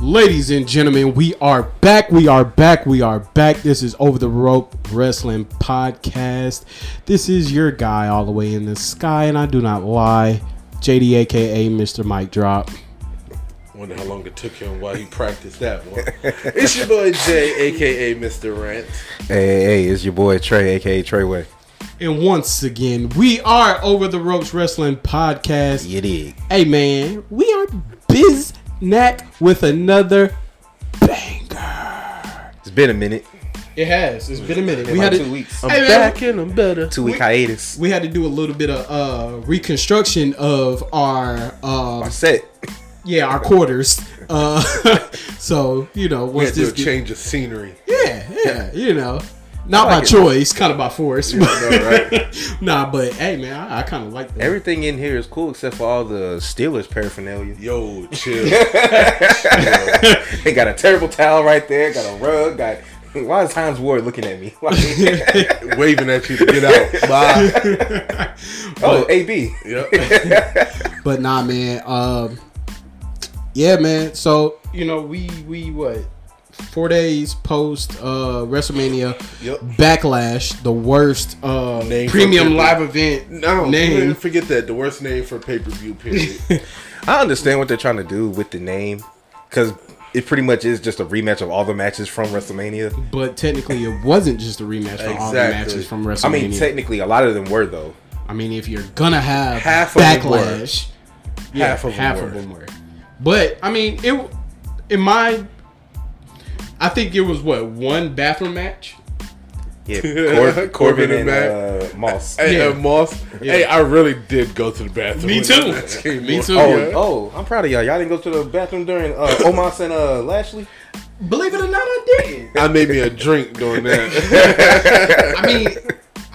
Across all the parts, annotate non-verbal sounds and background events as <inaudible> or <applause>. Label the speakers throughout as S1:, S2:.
S1: Ladies and gentlemen, we are back. We are back. We are back. This is Over the Rope Wrestling Podcast. This is your guy all the way in the sky, and I do not lie. JD, aka Mr. Mike Drop.
S2: Wonder how long it took him while he practiced that one. it's your boy Jay, aka Mr. Rant.
S3: Hey, hey, hey, it's your boy Trey, aka Treyway.
S1: And once again, we are Over the Ropes Wrestling Podcast.
S3: You dig?
S1: Hey man, we are biznack with another banger.
S3: It's been a minute,
S1: It has. It's been a minute. We had
S3: About
S1: to,
S3: two weeks.
S2: I'm
S1: Hey, man.
S2: back and I'm better.
S3: two week hiatus.
S1: we had to do a little bit of uh, reconstruction of our um,
S3: I'm set.
S1: yeah our quarters. Uh, <laughs> so you know
S2: We
S1: once
S2: had to do
S1: this
S2: a
S1: get-
S2: change of scenery.
S1: yeah
S2: <laughs>
S1: yeah you know not by
S3: like it.
S1: choice, kind of by force.
S2: I know, right?
S1: <laughs> nah, but hey man, I, I kind of like that.
S3: Everything in here is cool except for all the Steelers paraphernalia.
S2: Yo, chill. <laughs>
S3: <laughs> they got a terrible towel right there. Got a rug. Got <laughs> why is Times Ward looking at me? <laughs>
S1: <laughs>
S2: Waving at you to get out. Bye.
S3: oh, AB.
S2: Yep.
S1: <laughs> but nah, man. Um, yeah, man. So you know, we we what four days post uh WrestleMania
S2: Yep.
S1: Backlash, the worst uh
S2: Name for
S1: premium
S2: people.
S1: live event
S2: No,
S1: name.
S2: man, forget that. The worst name for pay per view,
S1: <laughs>
S2: period.
S3: I understand what they're trying to do with the name because it pretty much is just a rematch of all the matches from WrestleMania.
S1: But technically, it wasn't just a rematch for all the
S2: Exactly.
S1: matches from WrestleMania.
S3: I mean, technically, a lot of them were though.
S1: if you're gonna have
S3: Half of them were.
S1: backlash, yeah, half
S3: Half
S1: of them,
S3: of them
S1: half
S3: were.
S1: Of them were. But I mean, it in my, I think it was what one bathroom match. <laughs>
S3: Yeah, Cor- Corbin,
S2: Corbin and
S3: and uh, Moss.
S2: Hey,
S1: Yeah.
S2: uh, Moss. Hey, I really did go to the bathroom.
S1: Me
S2: when
S1: too.
S2: that came
S1: Me
S2: on.
S1: too.
S3: Oh,
S1: Yeah.
S3: oh, I'm proud of y'all. Y'all didn't go to the bathroom during uh, Omos and uh, Lashley.
S1: Believe it or not, I did.
S2: I made me a drink during that.
S1: <laughs>
S2: <laughs>
S1: I mean,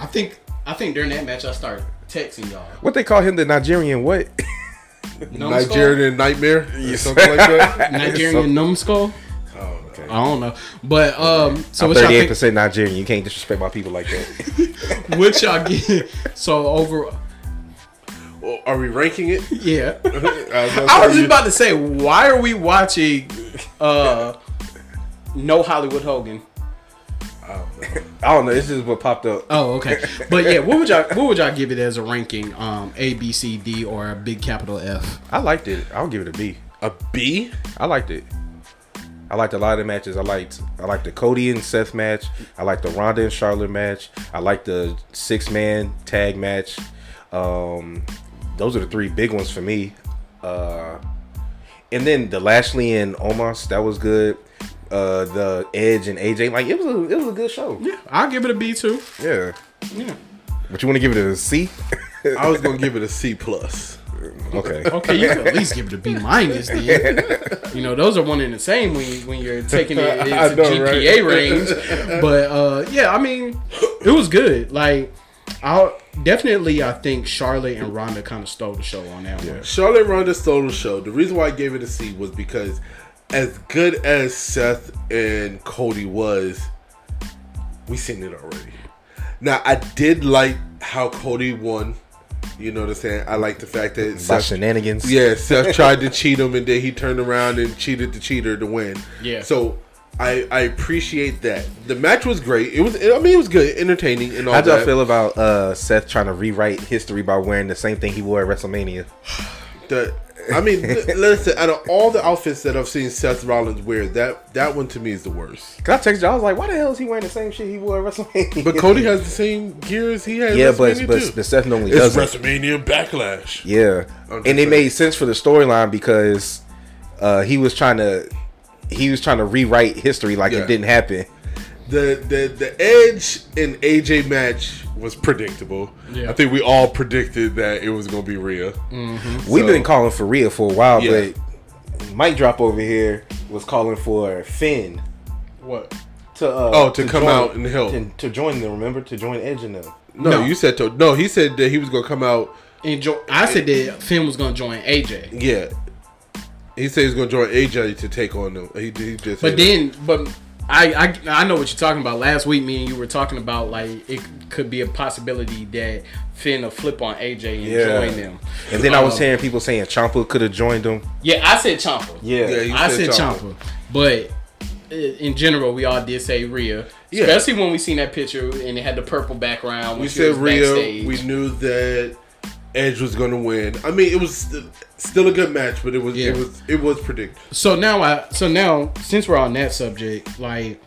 S1: I think I think during that match I started texting y'all.
S3: <laughs> What they call him, the Nigerian what?
S2: Nigerian nightmare, or something
S1: <laughs>
S2: like that.
S1: Nigerian numbskull.
S2: Oh, okay.
S1: I don't know, but um, so
S3: I'm
S1: what y'all,
S3: 38
S1: think,
S3: percent Nigerian. You can't disrespect my people like that.
S1: what y'all get? So over,
S2: Well, are we ranking it? <laughs>
S1: yeah.
S2: I
S1: I was just about to say, why are we watching uh No Hollywood Hogan?
S3: I don't know. This is what popped up.
S1: Oh, okay. But yeah, what would y'all what would y'all give it as a ranking? Um A, B, C, D or a big capital F?
S3: I liked it. I'll give it a B.
S2: a B.
S3: I liked it. I liked a lot of the matches. I liked I liked the Cody and Seth match. I liked the Ronda and Charlotte match. I liked the six man tag match. Um, those are the three big ones for me. Uh, and then the Lashley and Omos that was good. Uh, the Edge and AJ like it was a, it was a good show.
S1: Yeah, I'll give it a B too.
S3: Yeah.
S1: Yeah.
S3: But you want to give it a C?
S2: I was gonna give it a C plus.
S3: <laughs> <laughs> okay.
S1: Okay, you can at least give it a B minus <laughs> then. You know, those are one and the same when when you're taking <laughs> it into
S2: I know,
S1: GPA
S2: right?
S1: range. But uh yeah, I mean, it was good. Like I'll definitely I think Charlotte and Rhonda kind of stole the show on that one.
S2: Charlotte Ronda stole the show. The reason why I gave it a C was because, as good as Seth and Cody was, we seen it already. Now I did like how Cody won. You know what I'm saying? I like the fact that
S3: By
S2: Seth
S3: shenanigans.
S2: Yeah, Seth tried to cheat him, and then he turned around and cheated the cheater to win.
S1: Yeah.
S2: So I I appreciate that. The match was great. It was I mean it was good, entertaining, and all
S3: How do y'all
S2: that.
S3: feel about uh, Seth trying to rewrite history by wearing the same thing he wore at WrestleMania?
S2: The- I mean,
S3: <laughs>
S2: li- listen. Out of all the outfits that I've seen Seth Rollins wear, that that one to me is the worst.
S3: Cause I texted you, I was like, "Why the hell is he wearing the same shit he wore at WrestleMania?" <laughs>
S2: But Cody has the same gear as he has.
S3: yeah, but but,
S2: too.
S3: but Seth normally
S2: it's
S3: doesn't.
S2: WrestleMania Backlash.
S3: Yeah,
S2: I'm just
S3: and it
S2: saying.
S3: made sense for the storyline because uh, he was trying to he was trying to rewrite history like
S2: Yeah.
S3: it didn't happen.
S2: The the the Edge and AJ match was predictable.
S1: Yeah.
S2: I think we all predicted that it was gonna be Rhea.
S1: Mm-hmm.
S3: We've
S2: So-
S3: been calling for Rhea for a while,
S2: Yeah.
S3: but Mike Drop over here was calling for Finn
S1: What?
S3: to uh,
S2: Oh, to come
S3: join-
S2: out and help.
S3: to, to join them. Remember to join Edge and them.
S2: No,
S1: No.
S2: you said to no. He said that he was gonna come out.
S1: Enjoy I said that Finn was gonna join AJ.
S2: Yeah, he said he's gonna join AJ to take on them. He, he just
S1: But
S2: said-
S1: then, but I, I I know what you're talking about. Last week, me and you were talking about like it could be a possibility that Finn will flip on AJ and
S3: Yeah.
S1: join them.
S3: And then I was
S1: Um,
S3: hearing people saying Champa could have joined them.
S1: yeah, I said Champa.
S2: Yeah, you
S1: I said
S2: Ciampa.
S1: Champa, but i- in general, we all did say Rhea,
S2: Yeah.
S1: especially when we seen that picture and it had the purple background. When
S2: We
S1: she
S2: said
S1: was
S2: Rhea.
S1: backstage.
S2: We knew that Edge was going to win. I mean, it was st- still a good match, but it was
S1: Yeah.
S2: it was it was predicted.
S1: So now I so now since we're on that subject, like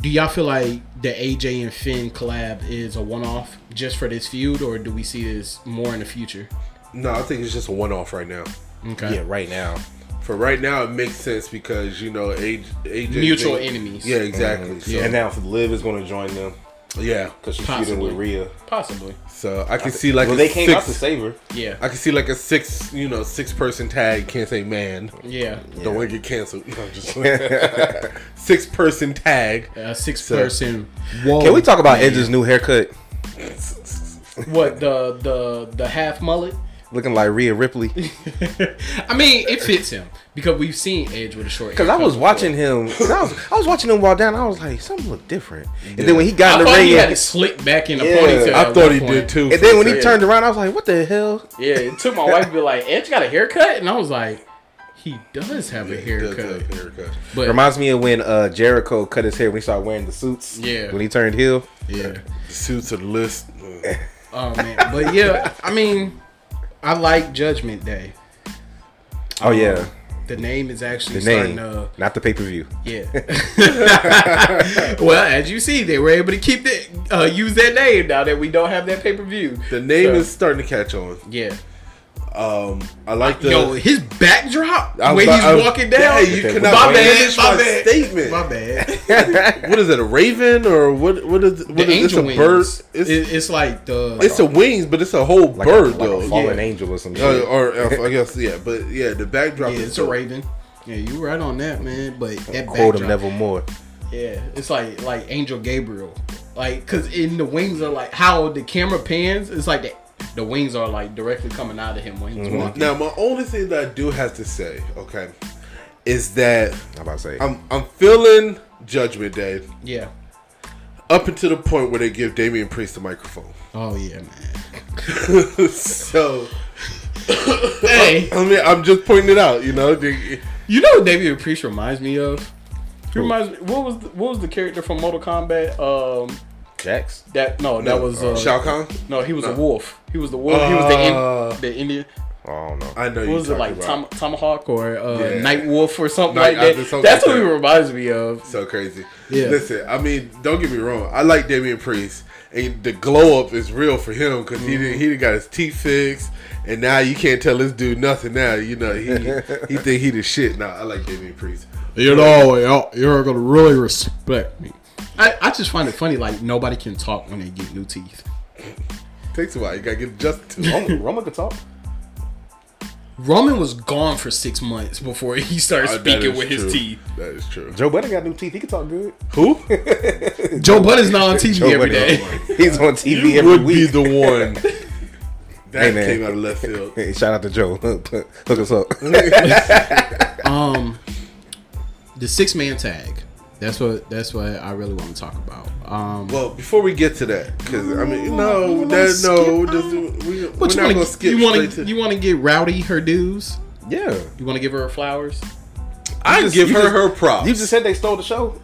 S1: do y'all feel like the AJ and Finn collab is a one off just for this feud or do we see this more in the future?
S2: No, I think it's just a one off right now.
S1: Okay.
S3: Yeah, right now.
S2: For right now, it makes sense because you know AJ, AJ
S1: Mutual
S2: they-
S1: enemies.
S2: Yeah, exactly. So,
S1: Yeah.
S3: And now if Liv is going to join them
S2: yeah.
S3: because she's feuding
S1: Possibly.
S3: with Rhea.
S1: Possibly.
S2: So I can see like
S3: well,
S2: a
S3: they came out to
S2: six-
S3: save <laughs> her.
S1: Yeah.
S2: I can see like a six, you know, six person tag. Can't say man.
S1: yeah.
S2: Don't want to get canceled. <laughs> No, I'm just six person tag.
S1: A six person
S4: Whoa.
S3: Can we talk about Edge's new haircut?
S1: what the the the half mullet? <laughs>
S3: Looking like Rhea <laughs> Ripley.
S1: I mean, it fits him because we've seen Edge with a short
S3: Because I was
S1: haircut
S3: watching him. <laughs> 'cause I was, I was watching him walk down. I was like, something looked different. And then when he
S1: before.
S3: got
S1: I
S3: in the
S1: thought
S3: ring,
S1: he had
S3: and,
S1: it slick back in the
S3: Yeah,
S1: ponytail.
S2: I
S1: at
S2: thought
S1: one
S2: he
S1: point.
S2: did too.
S3: and then when
S1: Yeah.
S3: he turned around, I was like, what the hell?
S1: Yeah, it took my wife to be like, Edge got a haircut? And I was like, he does have a
S2: Does
S1: haircut.
S2: have haircut.
S1: But
S3: Reminds me of when uh, Jericho cut his hair when he started wearing the suits.
S1: Yeah.
S3: When he turned heel.
S1: yeah.
S2: Suits are
S3: <laughs>
S2: list.
S1: Oh man. But yeah, I mean, I like Judgment Day.
S3: Oh, yeah.
S1: The name is actually
S3: The name.
S1: starting to
S3: Not the pay per <laughs> view.
S1: yeah. <laughs> well, as you see, they were able to keep that uh, use that name now that we don't have that pay per view.
S2: The name is starting to catch on.
S1: yeah.
S2: Um, I like the.
S1: Yo, his backdrop
S2: I
S1: when
S2: was
S1: he's
S2: about- I was-
S1: walking down.
S2: Yeah, you
S3: My
S2: cannot
S1: my bad.
S2: finish
S1: My
S2: my
S1: bad.
S2: statement. <laughs>
S1: My bad.
S2: What is it? A raven or what? What is? What
S1: the
S2: is this?
S1: angel
S2: A
S1: wings.
S2: bird?
S1: It's,
S2: It's,
S1: it's like the
S2: it's a wings, but it's a whole
S3: Like
S2: bird
S3: a, like
S2: though.
S3: a fallen
S1: Yeah.
S3: angel or some shit.
S2: Uh, or uh, I guess yeah, but yeah, the backdrop
S1: Yeah,
S2: is
S1: it's a raven. Yeah, you right on that, man. But that
S3: Hold
S1: backdrop-
S3: him nevermore.
S1: Yeah, it's like like Angel Gabriel, like because in the wings are like how the camera pans. It's like the, the wings are like directly coming out of him when he's walking.
S2: Now, my only thing that I do have to say, okay, is that
S3: I'm about to say.
S2: I'm I'm feeling Judgment Day
S1: Yeah.
S2: up until the point where they give Damian Priest the microphone. <laughs>
S1: Oh yeah, man.
S2: so
S1: Hey,
S2: I mean, I'm just pointing it out, you know. They-
S1: you know what David Priest reminds me of? He reminds me. What was the, what was the character from Mortal Kombat? Um,
S3: Jax.
S1: that no, that was uh,
S2: Shao Kahn.
S1: No, he was a wolf. He was the wolf. he was the
S2: Uh,
S1: in, the Indian.
S3: Oh, I don't know.
S2: I know
S1: What
S2: you
S1: was it like Tom,
S2: about.
S1: Tomahawk or uh,
S2: Yeah.
S1: Night Wolf or something
S2: Night-
S1: like that?
S2: uh, something
S1: That's
S2: like
S1: what he
S2: that.
S1: reminds me of.
S2: So crazy.
S1: Yeah.
S2: Listen, I mean, don't get me wrong. I like Damian Priest, and the glow up is real for him because he didn't, he done got his teeth fixed, and now you can't tell this dude nothing. Now you know he he
S1: <laughs>
S2: think he the shit. Now I like Damian Priest.
S4: You know, y'all- you're gonna really respect me.
S1: I, I just find it funny like nobody can talk when they get new teeth.
S2: Takes a while. You gotta get adjusted
S1: <laughs>
S2: to. it.
S3: Roma, Roma could talk.
S1: Roman was gone for six months before he started
S2: That
S1: speaking
S2: is
S1: with
S2: true.
S4: <laughs>
S1: his teeth.
S2: That is true.
S3: Joe Budden got new teeth. He could talk good.
S2: Who
S1: Joe Budden's not on TV every
S3: Budden.
S1: day.
S3: <laughs> He's on TV every
S2: would be
S1: <laughs>
S3: week.
S2: the one? That
S3: Hey, man.
S2: came out of left field.
S3: Hey, shout out to Joe. <laughs> Hook us up. <laughs>
S1: Um, the six man tag. That's what that's what I really want to talk about. Um,
S2: Well, before we get to that, because I mean, no, that, no, just, we, we're
S1: but
S2: not
S1: you want
S2: gonna
S1: to
S2: skip
S1: you
S2: straight
S1: want to
S2: to.
S1: you want to get rowdy her dues.
S3: yeah.
S1: You want to give her flowers.
S2: I
S3: just-
S2: give
S3: you
S2: her
S3: just-
S2: her props.
S3: You just said they stole the show.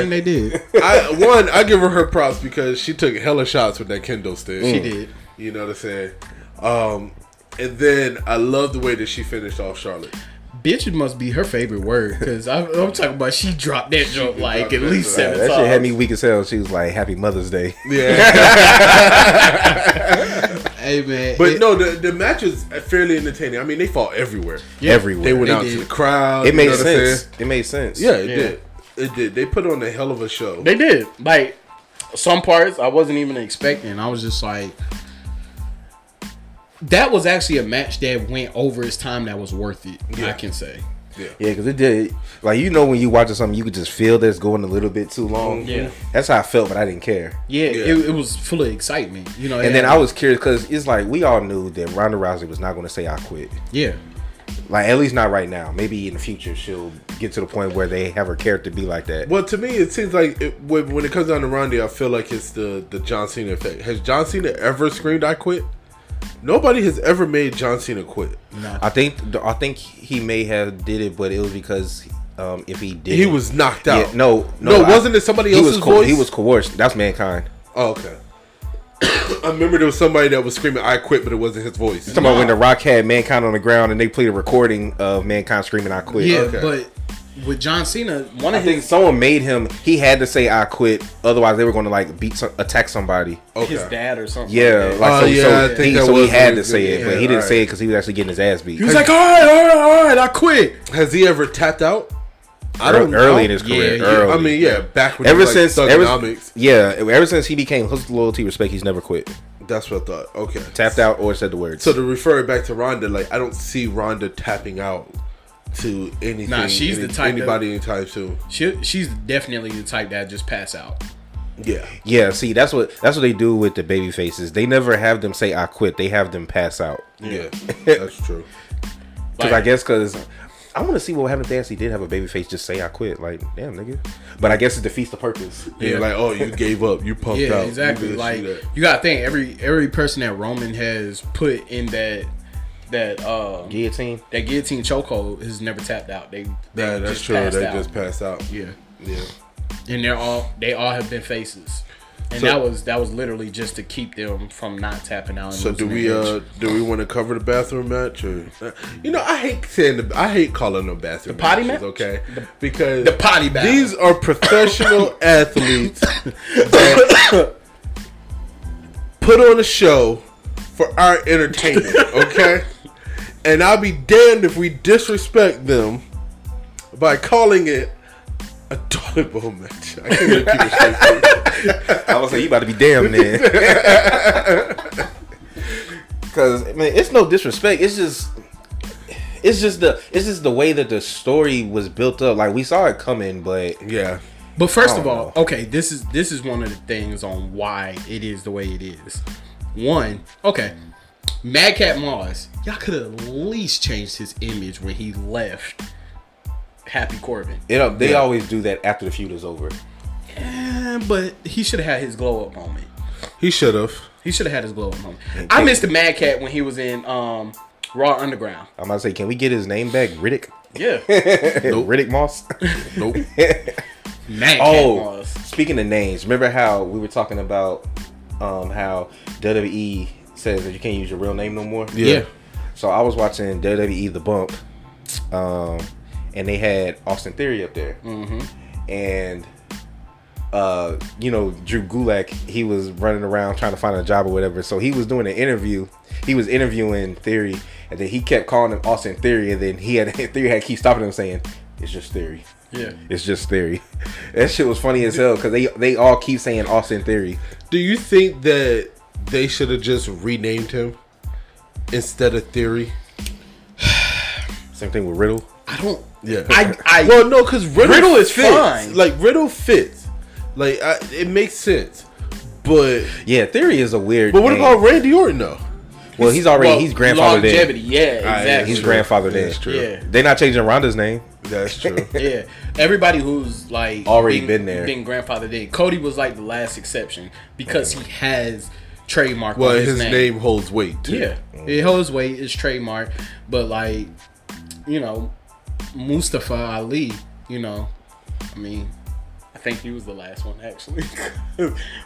S1: I mean they <laughs> did.
S2: I one, I give her her props because she took hella shots with that Kindle stick.
S1: She did.
S2: You know what I'm saying? Um, and then I love the way that she finished off Charlotte.
S1: Bitch must be her favorite word because I'm, I'm talking about she dropped that joke like at
S2: that
S1: least
S2: joke.
S1: seven
S3: that shit
S1: times.
S3: had me weak as hell. She was like, "Happy Mother's Day."
S1: <laughs>
S2: Yeah,
S1: Hey man,
S2: but
S1: it-
S2: no, the the match is fairly entertaining. I mean, they fought everywhere.
S1: yeah,
S3: Everywhere.
S2: They went
S1: They
S2: out to
S1: did.
S2: the crowd.
S3: it
S2: you
S3: made
S2: know what I'm
S3: sense.
S2: saying?
S3: It made sense.
S2: Yeah, it
S1: Yeah.
S2: did. It did. They put on a hell of a show.
S1: They did. Like some parts I wasn't even expecting. I was just like that was actually a match that went over its time that was worth it, I
S2: Yeah.
S1: can say.
S3: Yeah, because it did. Like you know, when you watching something, you could just feel that it's going a little bit too long.
S1: Yeah.
S3: that's how I felt, but I didn't care.
S1: Yeah,
S2: Mm, Yeah.
S1: It, it was full of excitement. You know,
S3: And then I was curious because it's like we all knew that Ronda Rousey was not going to say I quit.
S1: Yeah.
S3: Like at least not right now. Maybe in the future she'll get to the point where they have her character be like that.
S2: Well, to me, it seems like it, when, when it comes down to Ronda, I feel like it's the the John Cena effect. Has John Cena ever screamed "I quit"? Nobody has ever made John Cena quit.
S3: I think I think he may have did it, but it was because um, if he did,
S2: He was knocked out.
S3: Yeah, no,
S2: no,
S3: no, I-
S2: wasn't it somebody
S3: he
S2: else's
S3: was co-
S2: voice?
S3: he was coerced. That's mankind.
S2: Oh, okay. <coughs> I remember there was somebody that was screaming "I quit," but it wasn't his voice.
S3: Talking about when The Rock had mankind on the ground and they played a recording of mankind screaming, "I quit."
S1: Yeah,
S2: Okay.
S1: but with John Cena, one
S3: I
S1: of
S3: think
S1: his
S3: someone made him. He had to say, "I quit," otherwise they were going to like beat, some, attack somebody.
S2: Okay.
S1: his dad or something.
S3: Yeah,
S1: like that. Uh,
S3: like
S2: Oh,
S3: so,
S2: yeah, I
S3: so,
S2: think
S3: he,
S2: that
S3: so he
S2: was
S3: had
S2: really
S3: to say
S2: good.
S3: it, but
S2: Yeah,
S3: he didn't say
S2: alright.
S3: it because he was actually getting his ass beat.
S1: he was like, all right, all right, all right, I quit.
S2: Has he ever tapped out? I
S3: Ear- early in his
S1: Yeah,
S3: career.
S1: yeah,
S3: early.
S2: I mean, yeah, back when he
S3: ever
S2: was, like,
S3: since ever,
S2: Thugonomics.
S3: yeah, ever since he became hooked loyalty respect, he's never quit,
S2: That's what I thought. Okay.
S3: tapped out, or said the words.
S2: So to refer it back to Rhonda, like I don't see Rhonda tapping out to anything.
S1: Nah, she's the type
S2: anybody anytime soon.
S1: She, she's definitely the type that just pass out.
S2: Yeah.
S3: yeah, see, that's what that's what they do with the baby faces. They never have them say "I quit." They have them pass out.
S2: Yeah.
S1: <laughs>
S2: That's true.
S3: Because I
S1: Like-
S3: guess because I want to see what happened if they actually did have a baby face just say "I quit." Like, damn, nigga. But I guess it defeats the purpose.
S2: Yeah.
S1: Yeah.
S2: Like, oh, you gave up. You pumped
S1: Yeah,
S2: out. You
S1: exactly.
S2: did
S1: Like
S2: shit that.
S1: you gotta think every every person that Roman has put in that that uh
S3: Guillotine.
S1: that guillotine chokehold has never tapped out. They, they
S2: Nah, that's
S1: just
S2: true.
S1: passed
S2: They
S1: out.
S2: just passed out.
S1: yeah,
S2: Yeah.
S1: and they're all they all have been faces, and
S2: So-
S1: that was that was literally just to keep them from not tapping out. and
S2: So do
S1: losing
S2: we
S1: their
S2: uh
S1: edge.
S2: do we want to cover the bathroom match or uh, you know I hate saying the, I hate calling them bathroom the
S1: potty
S2: matches,
S1: match?
S2: okay because
S1: the potty battle?
S2: uh, These are professional athletes that put on a show for our entertainment, okay? And I'll be damned if we disrespect them by calling it a toilet bowl match. I can't even keep it straight.
S3: I was like, you about to be damned then. <laughs> Cause man, it's no disrespect. It's just it's just the it's just the way that the story was built up. Like we saw it coming, but
S2: Yeah.
S1: But first
S3: I
S1: of
S3: don't
S1: all, okay, this is this is one of the things on why it is the way it is. One, okay, Mad Cat Moss, y'all could have at least changed his image when he left Happy Corbin.
S3: it they always do that after the feud is over.
S1: Eh, but he should have had his glow up moment.
S2: He should have.
S1: He should have had his glow up moment. I missed the Mad Cat when he was in um, Raw Underground.
S3: I'm about to say, can we get his name back, Riddick? <laughs>
S1: <laughs> Yeah,
S3: Riddick Moss. <laughs>
S2: Nope.
S1: Mad
S3: Oh,
S1: Cat Moss.
S3: speaking of names, remember how we were talking about um, how WWE says that you can't use your real name no more?
S1: Yeah.
S3: So I was watching WWE The Bump, um, and they had Austin Theory up there, mm-hmm. and uh, you know Drew Gulak, he was running around trying to find a job or whatever. So he was doing an interview. He was interviewing Theory, and then he kept calling him Austin Theory, and then he had <laughs> Theory had to keep stopping him saying, "It's just Theory."
S1: Yeah.
S3: It's just theory. <laughs> That shit was funny as hell because they they all keep saying Austin Theory.
S2: Do you think that they should have just renamed him instead of Theory?
S3: Same thing with Riddle.
S1: I don't.
S2: Yeah.
S1: I. I
S2: well, no, because Riddle,
S1: Riddle is
S2: fits.
S1: fine.
S2: Like Riddle fits. Like I, it makes sense. But
S3: Yeah, Theory is a weird.
S2: but what
S3: name.
S2: about Randy Orton though?
S3: Well, he's already
S1: well,
S3: he's grandfathered
S1: Longevity.
S3: in.
S1: Yeah, exactly.
S3: He's grandfathered in.
S2: That's true.
S1: Yeah.
S3: They're not changing Rhonda's name.
S2: That's true.
S1: Yeah, everybody who's like
S3: Already been there.
S1: been grandfathered in. Cody was like the last exception because he has trademark.
S2: well,
S1: on
S2: his name holds weight too.
S1: yeah, it holds weight. It's trademark, but like, you know, Mustafa Ali. You know, I mean, I think he was the last one actually, <laughs>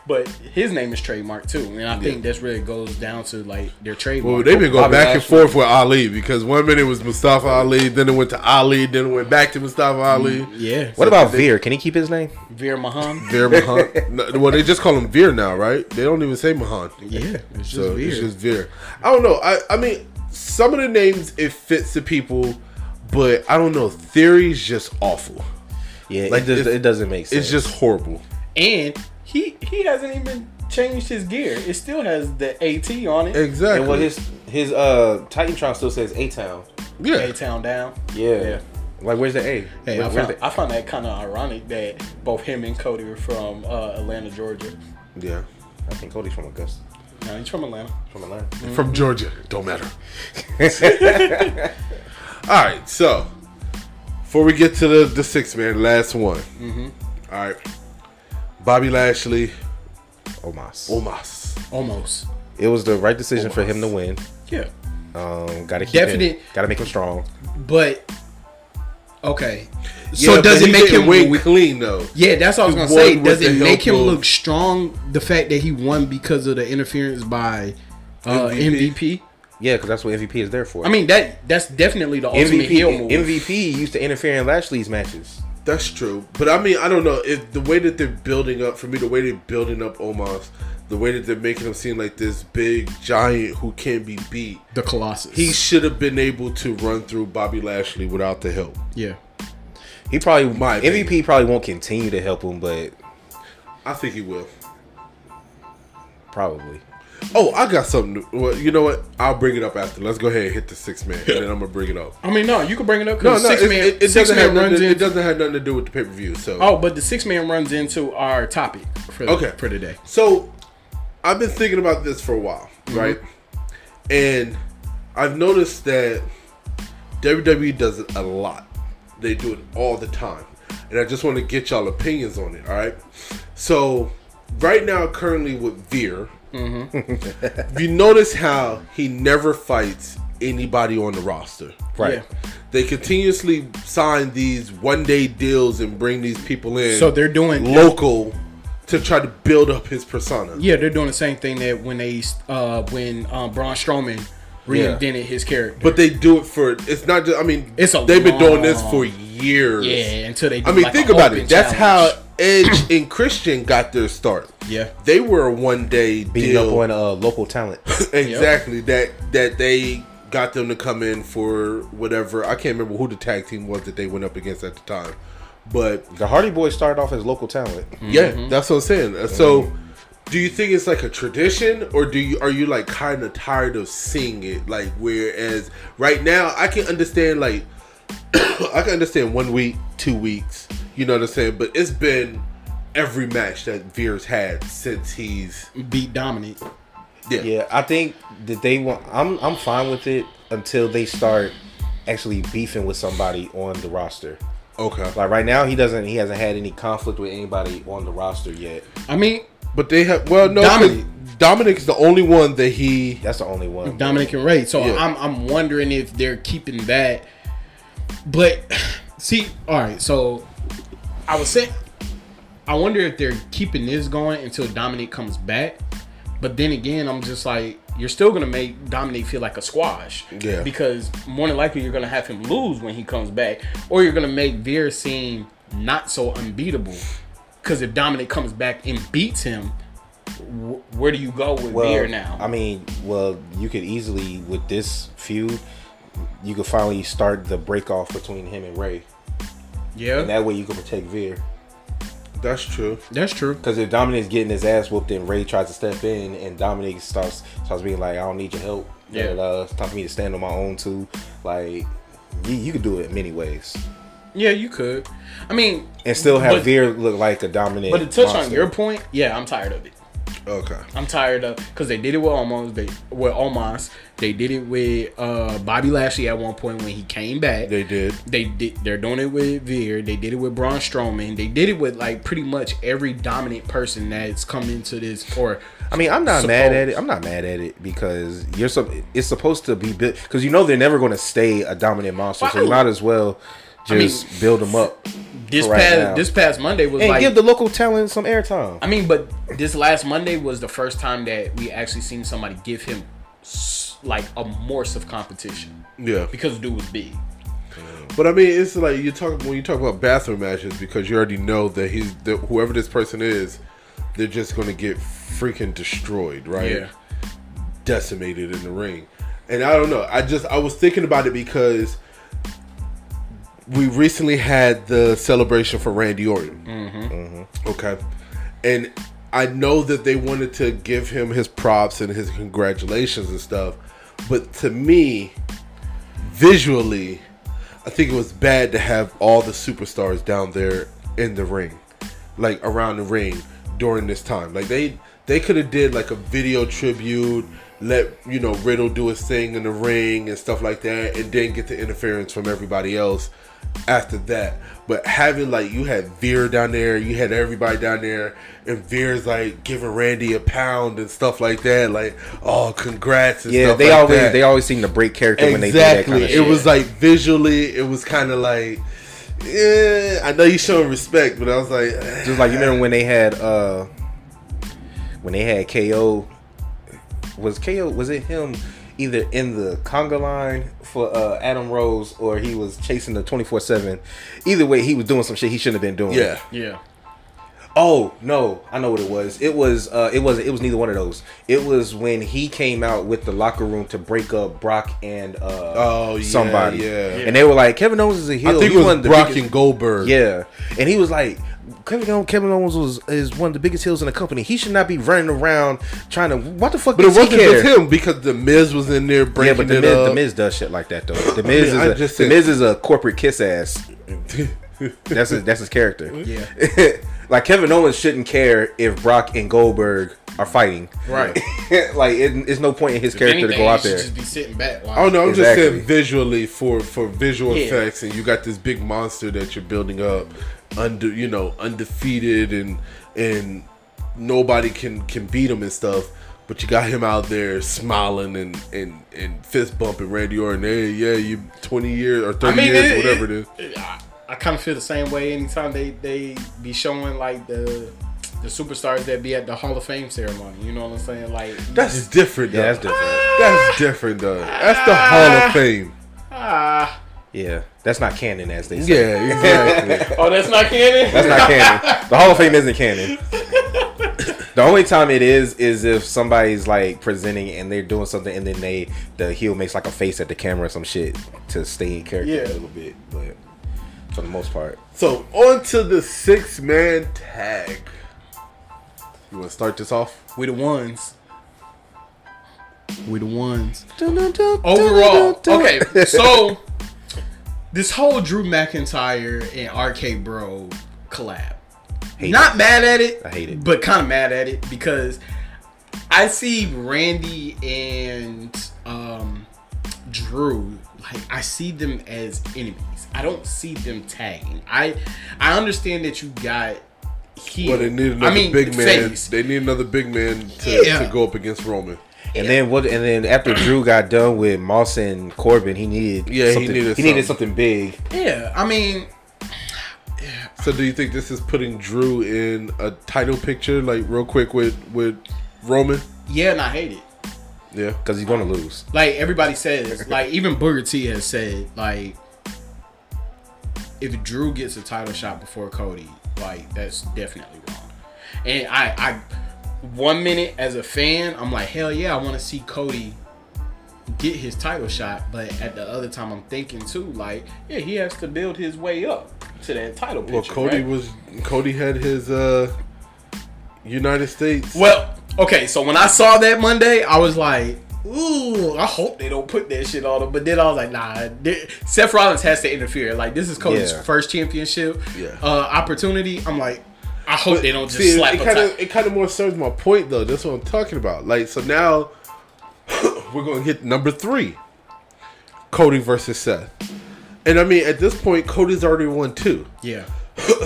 S1: but his name is trademark too, and I think that's really goes down to like their trademark.
S2: Well, they've been going
S3: Bobby
S2: back and
S3: Lashley.
S2: forth with Ali because one minute it was Mustafa Ali, then it went to Ali, then it went back to Mustafa Ali.
S1: yeah,
S3: What about Veer? Can he keep his name?
S1: Veer Mahan?
S2: Veer Mahan. <laughs> No, well, they just call him Veer now, right? They don't even say Mahan.
S1: yeah, it's just
S2: So
S1: Veer.
S2: it's just Veer. I don't know. I, I mean, some of the names it fits the people, but I don't know. Theory's just awful.
S3: Yeah,
S2: Like,
S3: it, does,
S2: it's-
S3: it doesn't make sense.
S2: It's just horrible.
S1: And he he hasn't even changed his gear. It still has the AT on it.
S2: Exactly.
S3: and what his his uh Titantron still says A Town.
S2: yeah.
S1: A town down.
S3: Yeah.
S1: Yeah.
S3: Like where's the A?
S1: Hey,
S3: Where-
S1: I
S3: where's
S1: found,
S3: the-
S1: I found that kind of ironic that both him and Cody were from uh, Atlanta, Georgia.
S2: Yeah.
S3: I think Cody's from Augusta,
S1: No, he's Mm-hmm. from Atlanta.
S3: from Atlanta.
S2: From Georgia. Don't matter. <laughs> All right, so before we get to the the six man, last one.
S1: Mm-hmm.
S2: All right, Bobby Lashley,
S3: Omos.
S2: Omas.
S1: Almost.
S3: Oh, It was the right decision for him to win.
S1: Yeah.
S3: Um, gotta keep
S1: Definite-
S3: him. Gotta make him strong.
S1: But okay.
S2: Yeah,
S1: So
S2: but
S1: does
S2: he
S1: it make
S2: didn't
S1: him
S2: win
S1: weak?
S2: clean though?
S1: Yeah, that's what I was gonna
S2: He
S1: say.
S2: won
S1: Does
S2: with
S1: it
S2: the
S1: make him
S2: help of-
S1: look strong? The fact that he won because of the interference by uh,
S2: MVP?
S1: MVP?
S3: Yeah, because that's what MVP is there for.
S1: I mean that that's definitely the ultimate heel
S3: MVP
S1: move.
S3: MVP used to interfere in Lashley's matches.
S2: That's true, but I mean, I don't know if the way that they're building up for me, the way they're building up Omos, the way that they're making him seem like this big giant who can't be beat.
S1: The Colossus.
S2: He should have been able to run through Bobby Lashley without the help.
S1: yeah.
S3: He probably
S2: My
S3: MVP probably won't continue to help him, but
S2: I think he will.
S3: probably.
S2: Oh, I got something. to- Well, you know what? I'll bring it up after. Let's go ahead and hit the six man, and then I'm gonna bring it up.
S1: I mean, no, you can bring it up
S2: No,
S1: because
S2: no,
S1: six
S2: it,
S1: man,
S2: it, it
S1: six
S2: doesn't have
S1: man runs
S2: nothing, it
S1: into.
S2: doesn't have nothing to do with the pay per view. So
S1: Oh, but the six man runs into our topic for the,
S2: Okay.
S1: for today.
S2: So I've been thinking about this for a while,
S1: Mm-hmm.
S2: right? And I've noticed that WWE does it a lot. They do it all the time. And I just want to get y'all opinions on it, all right? So right now, currently with Veer,
S1: Mm-hmm. <laughs>
S2: you notice how he never fights anybody on the roster.
S3: Right.
S2: They continuously sign these one day deals and bring these people in
S1: So they're doing
S2: local to try to build up his persona.
S1: Yeah, they're doing the same thing that when they uh when um, Braun Strowman reinvented his character.
S2: But they do it for it's not just I mean
S1: It's a
S2: they've been doing this
S1: long-
S2: for years.
S1: yeah, until they. Do
S2: I mean
S1: like
S2: think
S1: an
S2: about
S1: open
S2: it. That's
S1: challenge.
S2: how Edge <coughs> and Christian got their start.
S1: Yeah.
S2: They were a one day
S3: Beating
S2: deal.
S3: up on uh, local talent.
S2: exactly that that they got them to come in for whatever I can't remember who the tag team was that they went up against at the time. But
S3: the Hardy Boys started off as local talent.
S2: Yeah, that's what I'm saying. Uh, So, do you think it's like a tradition, or do you are you like kind of tired of seeing it? Like, whereas right now, I can understand like <coughs> I can understand one week, two weeks. You know what I'm saying? But it's been every match that Veer's had since he's
S1: beat Dominic.
S2: yeah.
S3: Yeah, I think that they want. I'm I'm fine with it until they start actually beefing with somebody on the roster.
S2: Okay,
S3: Like right now, he doesn't. He hasn't had any conflict with anybody on the roster yet.
S1: I mean,
S2: but they have well no 'cause
S1: Dominic.
S2: Dominic is the only one that he
S3: That's the only one.
S1: Dominic and Ray. So
S2: Yeah.
S1: I'm I'm wondering if they're keeping that. But see, all right. So I was saying, I wonder if they're keeping this going until Dominic comes back. But then again, I'm just like, you're still gonna make Dominic feel like a squash.
S2: Yeah.
S1: Because more than likely, you're gonna have him lose when he comes back, or you're gonna make Veer seem not so unbeatable. Because if Dominic comes back and beats him, wh- where do you go with
S3: well,
S1: Veer now?
S3: I mean, well, you could easily with this feud, you could finally start the break off between him and Ray.
S1: yeah,
S3: And that way, you can protect Veer.
S2: that's true.
S1: that's true.
S3: Because if Dominic's getting his ass whooped and Ray tries to step in and Dominic starts starts being like, I don't need your help.
S1: Yeah.
S3: Yeah. Uh, it's time for me to stand on my own too. Like, you, you could do it in many ways.
S1: Yeah, you could. I mean,
S3: And still have
S1: But-
S3: Veer look like a dominant.
S1: but to touch on
S3: monster.
S1: your point, yeah, I'm tired of it.
S2: Okay,
S1: I'm tired of because they did it with Omos, they with Omos, they did it with uh, Bobby Lashley at one point when he came back.
S2: they did.
S1: They did. They're doing it with Veer. They did it with Braun Strowman. They did it with like pretty much every dominant person that's come into this. Or
S3: I mean, I'm not
S1: Suppose.
S3: mad at it. I'm not mad at it because you're so. It's supposed to be built because you know they're never going to stay a dominant monster, so you
S1: Why?
S3: might as well
S1: mean,
S3: just build them up
S1: this
S3: Right
S1: past
S3: now.
S1: this past Monday was
S3: and
S1: like
S3: give the local talent some airtime.
S1: I mean, but this last Monday was the first time that we actually seen somebody give him s- like a morse of competition
S2: Yeah,
S1: because dude was big.
S2: But I mean, it's like you talk when you talk about bathroom matches because you already know that he's that whoever this person is, they're just going to get freaking destroyed, right?
S1: Yeah.
S2: Decimated in the ring, and I don't know. I just I was thinking about it because we recently had the celebration for Randy Orton. Mm-hmm. Okay. And I know that they wanted to give him his props and his congratulations and stuff, but to me, visually, I think it was bad to have all the superstars down there in the ring, like around the ring during this time. Like they they could have did like a video tribute let you know Riddle do his thing in the ring and stuff like that, and then get the interference from everybody else after that. But having like you had Veer down there, you had everybody down there, and Veer's like giving Randy a pound and stuff like that. Like, oh, congrats! And
S3: Yeah,
S2: stuff
S3: they
S2: like
S3: always
S2: that.
S3: they always seem to break character when they do that
S2: exactly.
S3: kind of
S2: it
S3: shit.
S2: was like visually, it was kind of like, yeah, I know you showing respect, but I was like, eh.
S3: Just like you remember when they had uh when they had KO was KO was it him either in the conga line for uh Adam Rose or he was chasing the 24/7. Either way he was doing some shit he shouldn't have been doing.
S2: yeah,
S1: Yeah.
S3: Oh, no, I know what it was. It was uh it wasn't it was neither one of those. It was when he came out with the locker room to break up Brock and uh
S2: Oh, yeah,
S3: somebody.
S2: yeah.
S3: And they were like Kevin Owens is a
S2: I
S3: heel.
S2: think
S3: He
S2: it was
S3: wasn't the
S2: Brock
S3: biggest-
S2: and Goldberg.
S3: yeah, and he was like, Kevin Owens, Kevin Owens was is one of the biggest heels in the company. He should not be running around trying to what the fuck.
S2: but it
S3: does he
S2: wasn't just
S3: care?
S2: him because the Miz was in there
S3: Yeah,
S2: breaking
S3: but the
S2: it
S3: Miz,
S2: up.
S3: the Miz does shit like that though. The Miz
S2: I
S3: is a,
S2: just
S3: the
S2: said-
S3: Miz is a corporate
S2: <laughs>
S3: kiss ass. That's his, that's his character.
S1: Yeah.
S3: <laughs> like Kevin Owens shouldn't care if Brock and Goldberg are fighting.
S1: Right.
S3: <laughs> like it, it's no point in his
S1: If
S3: character to
S1: anything,
S3: go out
S1: you should
S3: there. Oh,
S1: Just be sitting back. Like,
S2: I don't know. Oh, I'm just
S3: Exactly.
S2: saying visually for for visual
S1: Yeah.
S2: effects, and you got this big monster that you're building up, under you know undefeated and and nobody can can beat him and stuff. But you got him out there smiling and and and fist bumping Randy Orton. Hey, yeah, you 20 years or 30
S1: I mean,
S2: years,
S1: it-
S2: whatever it is.
S1: I, I kind of feel the same way anytime they they be showing like the the superstars that be at the Hall of Fame ceremony. You know what I'm saying? Like
S2: That's different. though.
S3: Yeah, that's different.
S2: That's different, though. That's the Hall
S1: <laughs>
S2: of Fame.
S1: ah,
S3: Yeah, that's not canon as they say.
S2: Yeah, exactly.
S3: <laughs>
S1: oh, that's not canon.
S3: That's not canon. The Hall of Fame isn't canon. The only time it is is if somebody's like presenting and they're doing something and then they the heel makes like a face at the camera or some shit to stay in character
S1: Yeah.
S3: a little bit, but for the most part.
S2: so on to the six man tag. You want to start this off?
S1: we the ones. We the ones. Overall,
S3: <laughs> Overall,
S1: okay. So this whole Drew McIntyre and RK Bro collab.
S3: Hate
S1: Not mad at it.
S3: I hate it.
S1: But kind of mad at it because I see Randy and um, Drew. Like I see them as enemies. I don't see them tagging. I I understand that you got. Heel.
S2: Well, they need another
S1: I mean,
S2: big man.
S1: face.
S2: They need another big man to,
S1: Yeah.
S2: to go up against Roman.
S3: and then what? And then after Drew got done with Moss and Corbin, he needed
S2: Yeah, he
S3: something-
S2: needed
S3: he needed
S2: something.
S3: something big.
S1: Yeah, I mean,
S2: So, do you think this is putting Drew in a title picture, like real quick with with Roman?
S1: yeah, and I hate it.
S2: Yeah.
S3: Because he's gonna lose.
S1: like everybody says, like even Booker T has said, like if Drew gets a title shot before Cody, like that's definitely wrong. And I, I, one minute as a fan, I'm like, hell yeah, I want to see Cody get his title shot. But at the other time, I'm thinking too, like, yeah, he has to build his way up to that title picture.
S2: Well, Cody
S1: right?
S2: was Cody had his uh United States.
S1: Well, okay, so when I saw that Monday, I was like, ooh, I hope they don't put that shit on him. But then I was like, nah, there- Seth Rollins has to interfere. Like, this is Cody's
S3: Yeah.
S1: first championship
S2: Yeah.
S1: uh, opportunity. I'm like, I hope they don't just
S2: See,
S1: slap
S2: it
S1: a
S2: kind of
S1: title.
S2: it kind of more serves my point though. That's what I'm talking about. Like, so now <coughs> we're gonna hit number three: Cody versus Seth. And I mean, at this point, Cody's already won two. <coughs>
S1: Yeah,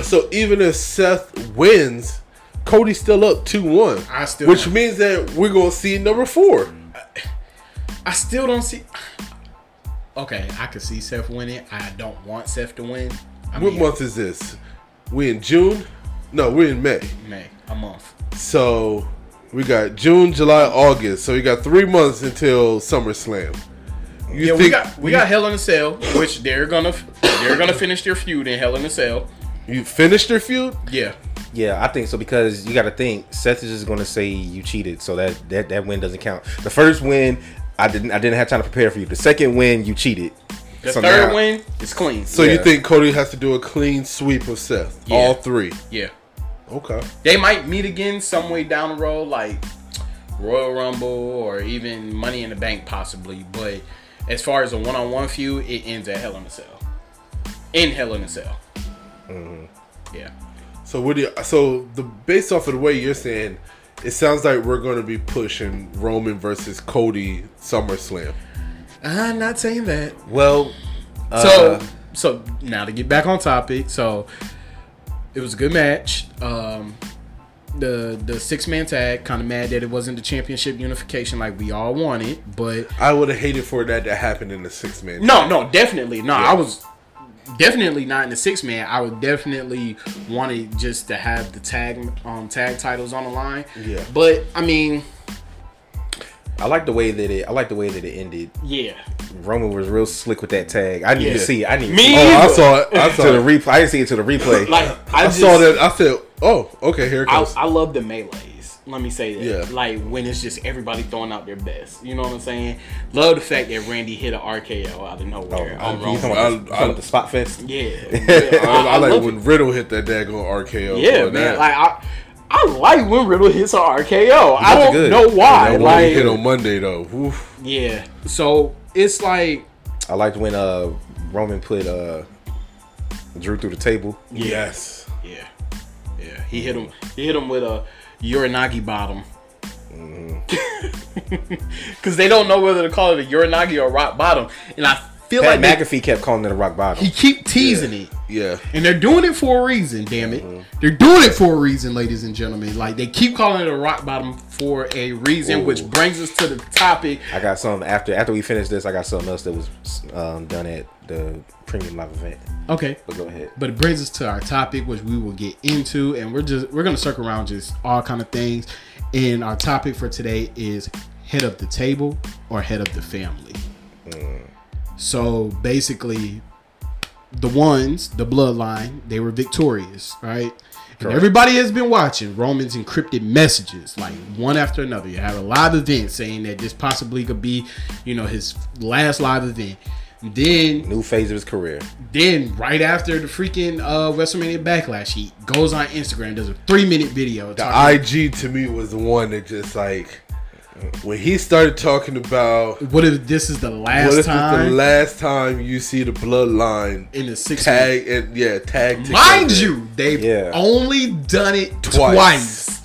S2: So even if Seth wins, Cody's still up two one.
S1: I still
S2: which
S1: don't-
S2: means that we're gonna see number four.
S1: I still don't see. Okay, I could see Seth winning. I don't want Seth to win. I
S2: What month is this? We in June? No, we're in May.
S1: May, a month.
S2: So we got June, July, August. So you got three months until SummerSlam. You
S1: yeah, we got we
S2: you-
S1: got Hell in a Cell, which they're gonna they're gonna finish their feud in Hell in a Cell.
S2: you finished their feud?
S1: Yeah,
S3: Yeah, I think so because you got to think Seth is just going to say you cheated, so that that that win doesn't count. The first win, I didn't I didn't have time to prepare for you. The second win, you cheated.
S1: the
S3: So
S1: third
S3: now-
S1: win is clean.
S2: So you
S3: Yeah.
S2: think Cody has to do a clean sweep of Seth?
S1: Yeah.
S2: All three.
S1: yeah.
S2: Okay.
S1: they might meet again some way down the road, like Royal Rumble or even Money in the Bank, possibly. But as far as a one-on-one feud, it ends at Hell in a Cell. In Hell in a Cell. Yeah.
S2: So what do you, so the based off of the way you're saying, It sounds like we're going to be pushing Roman versus Cody SummerSlam.
S1: I'm not saying that.
S3: Well,
S1: So so now to get back on topic, so it was a good match. Um the the six man tag kind of mad that it wasn't the championship unification like we all wanted, but
S2: I would have hated for that to happen in the six man.
S1: no, no, definitely no. I was definitely not in the six man. I would definitely wanted just to have the tag um tag titles on the line.
S2: Yeah.
S1: but I mean,
S3: I like the way that it. I like the way that it ended.
S1: yeah,
S3: Roman was real slick with that tag. I need to
S2: Yeah.
S3: see. it. I need. to
S1: Me
S3: see it.
S2: Oh, I saw it. I
S3: <laughs> to
S2: saw
S3: the
S2: it.
S3: replay. I didn't see it to the replay.
S1: like I,
S2: I
S1: just,
S2: saw that. I said, "Oh, okay, here it
S1: I,
S2: comes."
S1: I love the melees. Let me say that.
S2: Yeah.
S1: Like when it's just everybody throwing out their best. You know what I'm saying? Love the fact that Randy hit an RKO out of nowhere.
S3: Oh,
S1: on
S3: you
S1: Roman.
S3: talking about the-
S2: I-
S3: you talking about the spot fest?
S1: yeah. yeah.
S2: <laughs> I, I like
S1: love
S2: when
S1: it.
S2: Riddle hit that daggone RKO.
S1: Yeah, man.
S2: on that.
S1: Like I I like when Riddle hits an RKO. I
S3: looked
S1: don't
S3: good.
S1: know why.
S2: that one he
S1: like
S2: hit on Monday though. Oof.
S1: Yeah. So it's like
S3: I liked when uh Roman put uh Drew through the table.
S2: Yes.
S1: Yeah. Yeah. He hit him he hit him with a Uranagi bottom. <laughs> Cause they don't know whether to call it a Uranagi or rock bottom. And I feel
S3: Pat
S1: like they-
S3: McAfee kept calling it a rock bottom.
S1: he keep teasing it.
S2: Yeah.
S1: And they're doing it for a reason, damn it. They're doing it for a reason, ladies and gentlemen. Like they keep calling it a rock bottom for a reason, which brings us to the topic.
S3: I got something after after we finished this. I got something else that was um, done at the premium live event.
S1: Okay.
S3: But go ahead.
S1: But it brings us to our topic, which we will get into, and we're just we're gonna circle around just all kind of things. And our topic for today is head of the table or head of the family. So basically, the ones, the bloodline, they were victorious, right? And everybody has been watching Roman's encrypted messages, like one after another. You have a live event saying that this possibly could be, you know, his last live event. Then
S3: New phase of his career.
S1: then right after the freaking uh, WrestleMania Backlash, he goes on Instagram, does a three minute video.
S2: The
S1: talking-
S2: IG to me was the one that just like when he started talking about
S1: what if this is the last
S2: what if it's
S1: time
S2: the last time you see the bloodline
S1: in the six
S2: tag and yeah tag together.
S1: Mind you, they've
S3: Yeah.
S1: only done it twice,
S2: Twice.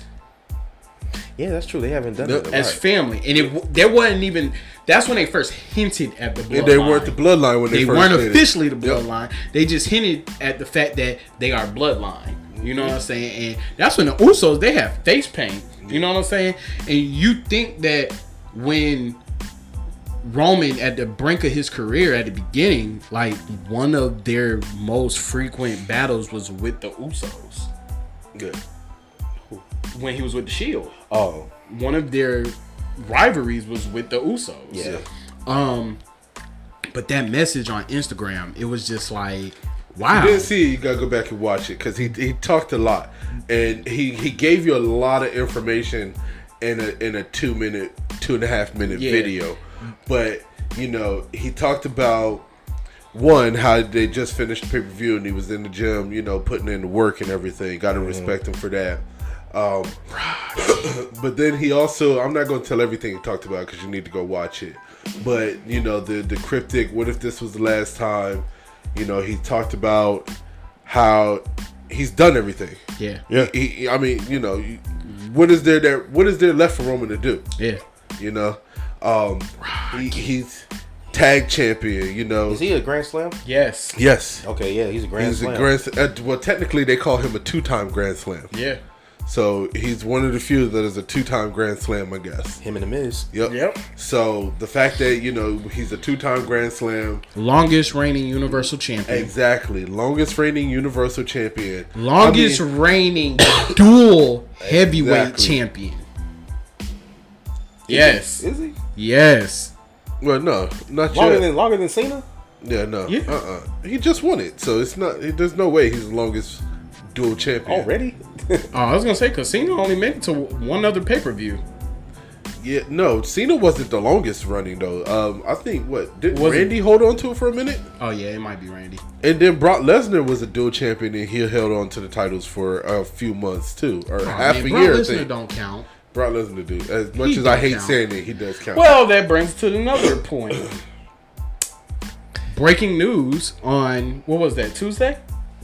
S3: Yeah, that's true. They haven't done
S2: Yep.
S3: it.
S1: as family, and it w- there wasn't even. That's when they first hinted at the bloodline.
S2: and they weren't the bloodline when they,
S1: they
S2: first
S1: weren't
S2: did it.
S1: officially the
S2: Yep.
S1: bloodline. They just hinted at the fact that they are bloodline. You know what I'm saying? And that's when the Usos they have face paint. You know what I'm saying? And you think that when Roman at the brink of his career at the beginning, like one of their most frequent battles was with the Usos
S2: Good.
S1: when he was with the Shield.
S3: oh,
S1: One of their rivalries was with the Usos.
S3: yeah.
S1: Um, but that message on Instagram, it was just like,
S2: You
S1: wow.
S2: didn't see it, you gotta go back and watch it because he, he talked a lot and he, he gave you a lot of information in a in a two minute two and a half minute
S1: Yeah.
S2: video, but you know he talked about one how they just finished pay per view and he was in the gym you know putting in the work and everything. Got to
S1: Mm-hmm.
S2: respect him for that. Um, <coughs> but then he also I'm not going to tell everything he talked about because you need to go watch it. But you know the the cryptic. What if this was the last time? You know he talked about how he's done everything.
S1: Yeah,
S2: Yeah. He, he- I mean, you know, you- what is there that what is there left for Roman to do?
S1: yeah.
S2: You know, um, he, he's tag champion. You know,
S3: Is he a Grand Slam?
S1: Yes.
S2: yes,
S3: Okay, yeah, he's a Grand
S2: he's
S3: Slam.
S2: a grand. Uh, well, technically, they call him a two-time Grand Slam.
S1: Yeah.
S2: So he's one of the few that is a two-time Grand Slam, I guess.
S3: Him and the Miz.
S2: Yep.
S1: Yep.
S2: So the fact that you know he's a two-time Grand Slam,
S1: Longest reigning Universal Champion.
S2: exactly, longest reigning Universal Champion, I mean,
S1: Longest
S2: <coughs>
S1: reigning dual heavyweight
S2: Exactly.
S1: champion. Yes.
S3: Is he
S1: Yes.
S2: well, no, not
S3: longer
S2: yet.
S3: than longer than Cena?
S2: Yeah, no.
S1: Yeah.
S2: Uh-uh. He just won it, so it's not. It, there's no way he's the longest dual champion.
S3: Already?
S1: Oh, I was gonna say Casino only made it to one other pay per view.
S2: Yeah, no. Cena wasn't the longest running though. Um, I think what did
S1: Was it-
S2: Randy hold on to it for a minute,
S1: Oh yeah, it might be Randy.
S2: and then Brock Lesnar was a dual champion, and he held on to the titles for a few months too, or half
S1: Oh, Man,
S2: a
S1: Brock
S2: year. I
S1: Lesnar
S2: think.
S1: don't count.
S2: Brock Lesnar do. As much
S1: He
S2: as I
S1: don't
S2: hate
S1: count.
S2: saying it, he does count.
S1: Well, that brings to another point. Breaking news on what was that Tuesday?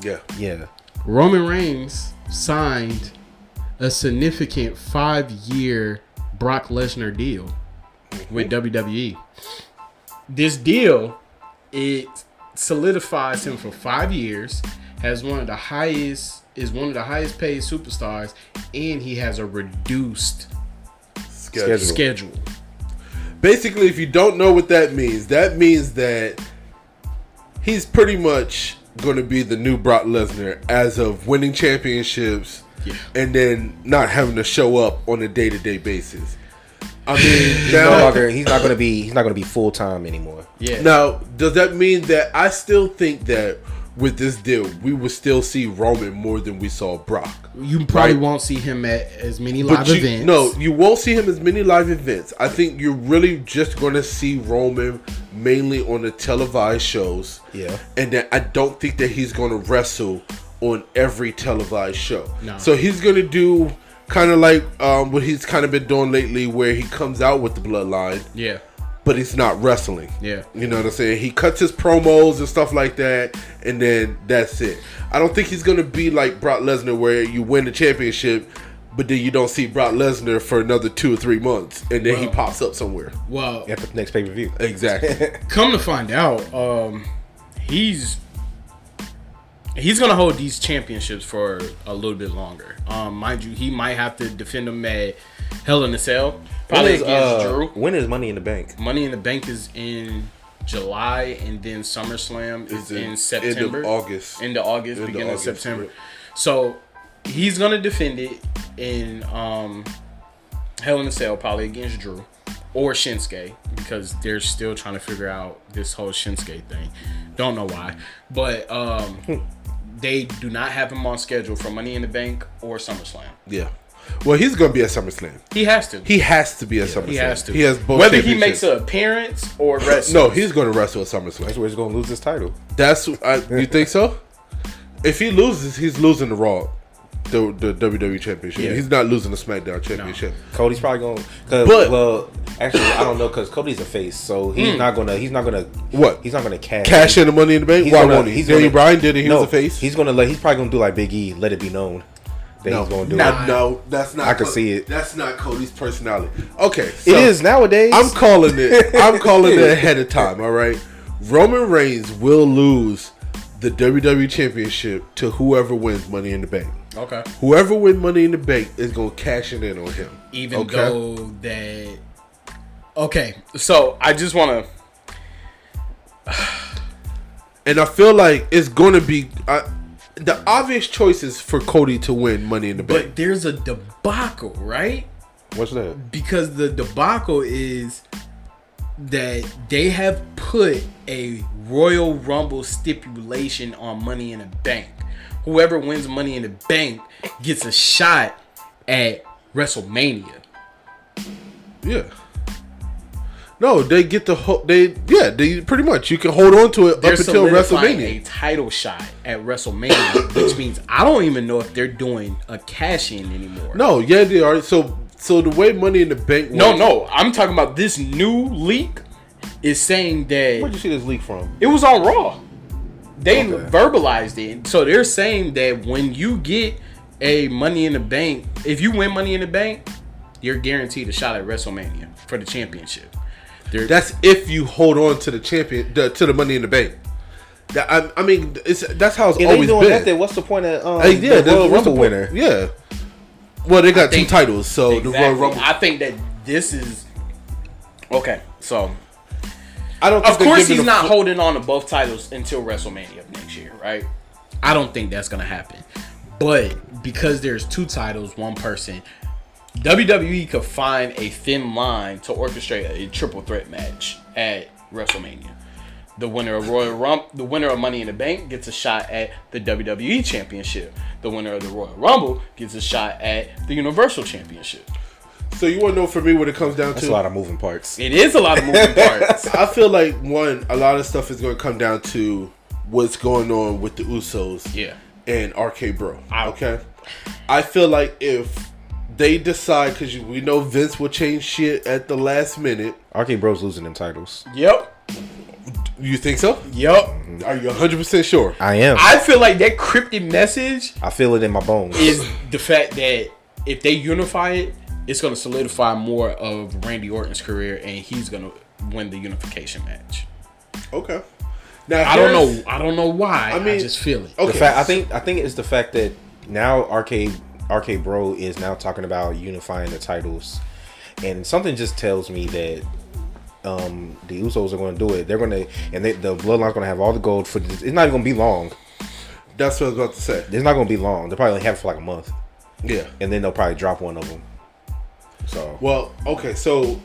S2: yeah,
S3: Yeah.
S1: Roman Reigns signed a significant five year Brock Lesnar deal with WWE. This deal, it solidifies him for five years, has one of the highest is one of the highest paid superstars, and he has a reduced
S2: Schedule.
S3: Schedule.
S1: schedule.
S2: Basically, if you don't know what that means, that means that he's pretty much going to be the new Brock Lesnar as of winning championships
S1: Yeah.
S2: and then not having to show up on a day to day basis. I mean,
S3: No
S2: now,
S3: longer- <laughs> he's not gonna be. He's not gonna be full time anymore.
S1: Yeah.
S2: Now, does that mean that I still think that with this deal, we will still see Roman more than we saw Brock?
S1: You probably
S2: Right.
S1: won't see him at as many live
S2: you,
S1: events.
S2: No, you won't see him as many live events. I think you're really just going to see Roman mainly on the televised shows.
S3: Yeah.
S2: And then I don't think that he's going to wrestle on every televised show.
S1: No.
S2: So he's going to do kind of like um, what he's kind of been doing lately, where he comes out with the bloodline
S1: Yeah.
S2: but he's not wrestling.
S1: Yeah.
S2: You know what I'm saying? He cuts his promos and stuff like that, and then that's it. I don't think he's going to be like Brock Lesnar, where you win the championship, but then you don't see Brock Lesnar for another two or three months, and then he
S1: Well-
S2: pops up somewhere.
S1: Well,
S3: At the next pay per view.
S2: Exactly.
S1: come to find out, um, he's he's gonna hold these championships for a little bit longer. Um, mind you, he might have to defend them at Hell in a Cell, probably against Drew.
S3: uh, When is Money in the Bank?
S1: Money in the Bank is in July, and then SummerSlam is
S2: It's in-
S1: in,
S2: end of
S1: September,
S2: August.
S1: into August,
S2: End of
S1: beginning
S2: August,
S1: of September.
S2: yeah.
S1: So he's gonna defend it in um, Hell in a Cell, probably against Drew or Shinsuke, because they're still trying to figure out this whole Shinsuke thing. Don't know why, but
S2: Hmm.
S1: um, they do not have him on schedule for Money in the Bank or SummerSlam.
S2: <laughs> yeah. Well, he's going to be at SummerSlam.
S1: He has to.
S2: He has to be at SummerSlam.
S1: He has to.
S2: He has both.
S1: Whether he makes
S2: championships.
S1: an appearance or wrestles.
S2: <laughs> No, he's going to wrestle at SummerSlam.
S3: That's where he's gonna lose his title.
S2: That's I, you think so? If he loses, he's losing the Raw, the, the WWE Championship.
S1: Yeah.
S2: He's not losing the SmackDown Championship.
S3: Cody's probably gonna. Cause,
S2: But-
S3: well, actually, I don't know because Cody's a face, so he's not gonna. He's not gonna.
S2: What?
S3: He's not gonna cash.
S2: cash in the money in the bank.
S3: He's
S2: Why
S3: gonna-
S2: won't he?
S3: he's
S2: Daniel
S3: gonna-
S2: Bryan did it. He
S3: no,
S2: was a face.
S3: He's gonna let. He's probably gonna do like Big E. Let it be known that
S2: no,
S3: he's gonna do
S2: Nah,
S3: it.
S2: no, that's not.
S3: I can see it.
S2: That's not Cody's personality. Okay, so
S3: it is nowadays.
S2: I'm calling it. I'm calling <laughs> it ahead of time. All right, Roman Reigns will lose the WWE Championship to whoever wins Money in the Bank.
S1: Okay.
S2: Whoever wins Money in the Bank is gonna cash it in on him.
S1: Even though that. Okay, so I just want to.
S2: and I feel like it's gonna be. I the obvious choice is for Cody to win Money in the Bank.
S1: But there's a debacle, right?
S3: What's that?
S1: Because the debacle is that they have put a Royal Rumble stipulation on Money in a Bank. Whoever wins Money in the Bank gets a shot at WrestleMania.
S2: Yeah. No, they get the whole. They yeah, they pretty much you can hold on to it
S1: they're
S2: up until
S1: solidifying
S2: WrestleMania.
S1: a title shot at WrestleMania, which means I don't even know if they're doing a cash in anymore.
S2: No, yeah, they are. So so the way Money in the Bank.
S1: no,
S2: works-
S1: no. I'm talking about this new leak is saying
S3: Where'd
S1: that
S3: you see this leak from?
S1: it was on Raw. They
S3: Okay.
S1: verbalized it, so they're saying that when you get a Money in the Bank, if you win Money in the Bank, you're guaranteed a shot at WrestleMania for the championship. They're-
S2: That's if you hold on to the champion the, to the Money in the Bank. That I, I mean, it's that's how it's
S3: If they
S2: always
S3: doing
S2: been.
S3: that, then what's the point of um,
S2: Like, yeah,
S3: the
S2: that's-
S3: Royal
S2: what's the
S3: Rumble
S2: point?
S3: winner?
S2: Yeah. Well, they got
S1: think-
S2: two titles, so the Royal
S1: Exactly.
S2: Rumble.
S1: I think that this is okay. So
S2: I don't.
S1: Of
S2: they're
S1: course,
S2: giving
S1: he's
S2: a
S1: not
S2: full-
S1: holding on to both titles until WrestleMania of next year, right? I don't think that's gonna happen. But because there's two titles, one person, WWE could find a thin line to orchestrate a triple threat match at WrestleMania. The winner of Royal Rump, the winner of Money in the Bank gets a shot at the WWE Championship. The winner of the Royal Rumble gets a shot at the Universal Championship.
S2: So you want to know for me what it comes down
S3: That's
S2: to?
S3: a lot of moving parts.
S1: It is a lot of <laughs> moving parts.
S2: I feel like one, a lot of stuff is going to come down to what's going on with the Usos,
S1: Yeah.
S2: and RK Bro. Okay, I feel like if they decide, because we know Vince will change shit at the last minute.
S3: RK Bro's losing them titles.
S1: Yep.
S2: You think so?
S1: Yep.
S2: Are you 100 percent sure?
S3: Mm-hmm. I am. I,
S1: I feel like that cryptic message
S3: feel it in my bones.
S1: is the fact that if they unify it, it's gonna solidify more of Randy Orton's career, and he's gonna win the unification match.
S2: Okay. Now
S1: I don't
S2: here's-
S1: know. I don't know why. I,
S2: mean-
S1: just feel it.
S2: Okay.
S3: The fact I think I think it's the fact that now arcade arcade bro is now talking about unifying the titles, and something just tells me that um the Usos are going to do it. They're going to and they, the Bloodline's going to have all the gold for. It's not even going to be long.
S2: that's what I was about to say.
S3: It's not going to be long. They'll probably only have it for like a month,
S2: Yeah.
S3: and then they'll probably drop one of them. So
S2: Well, okay, so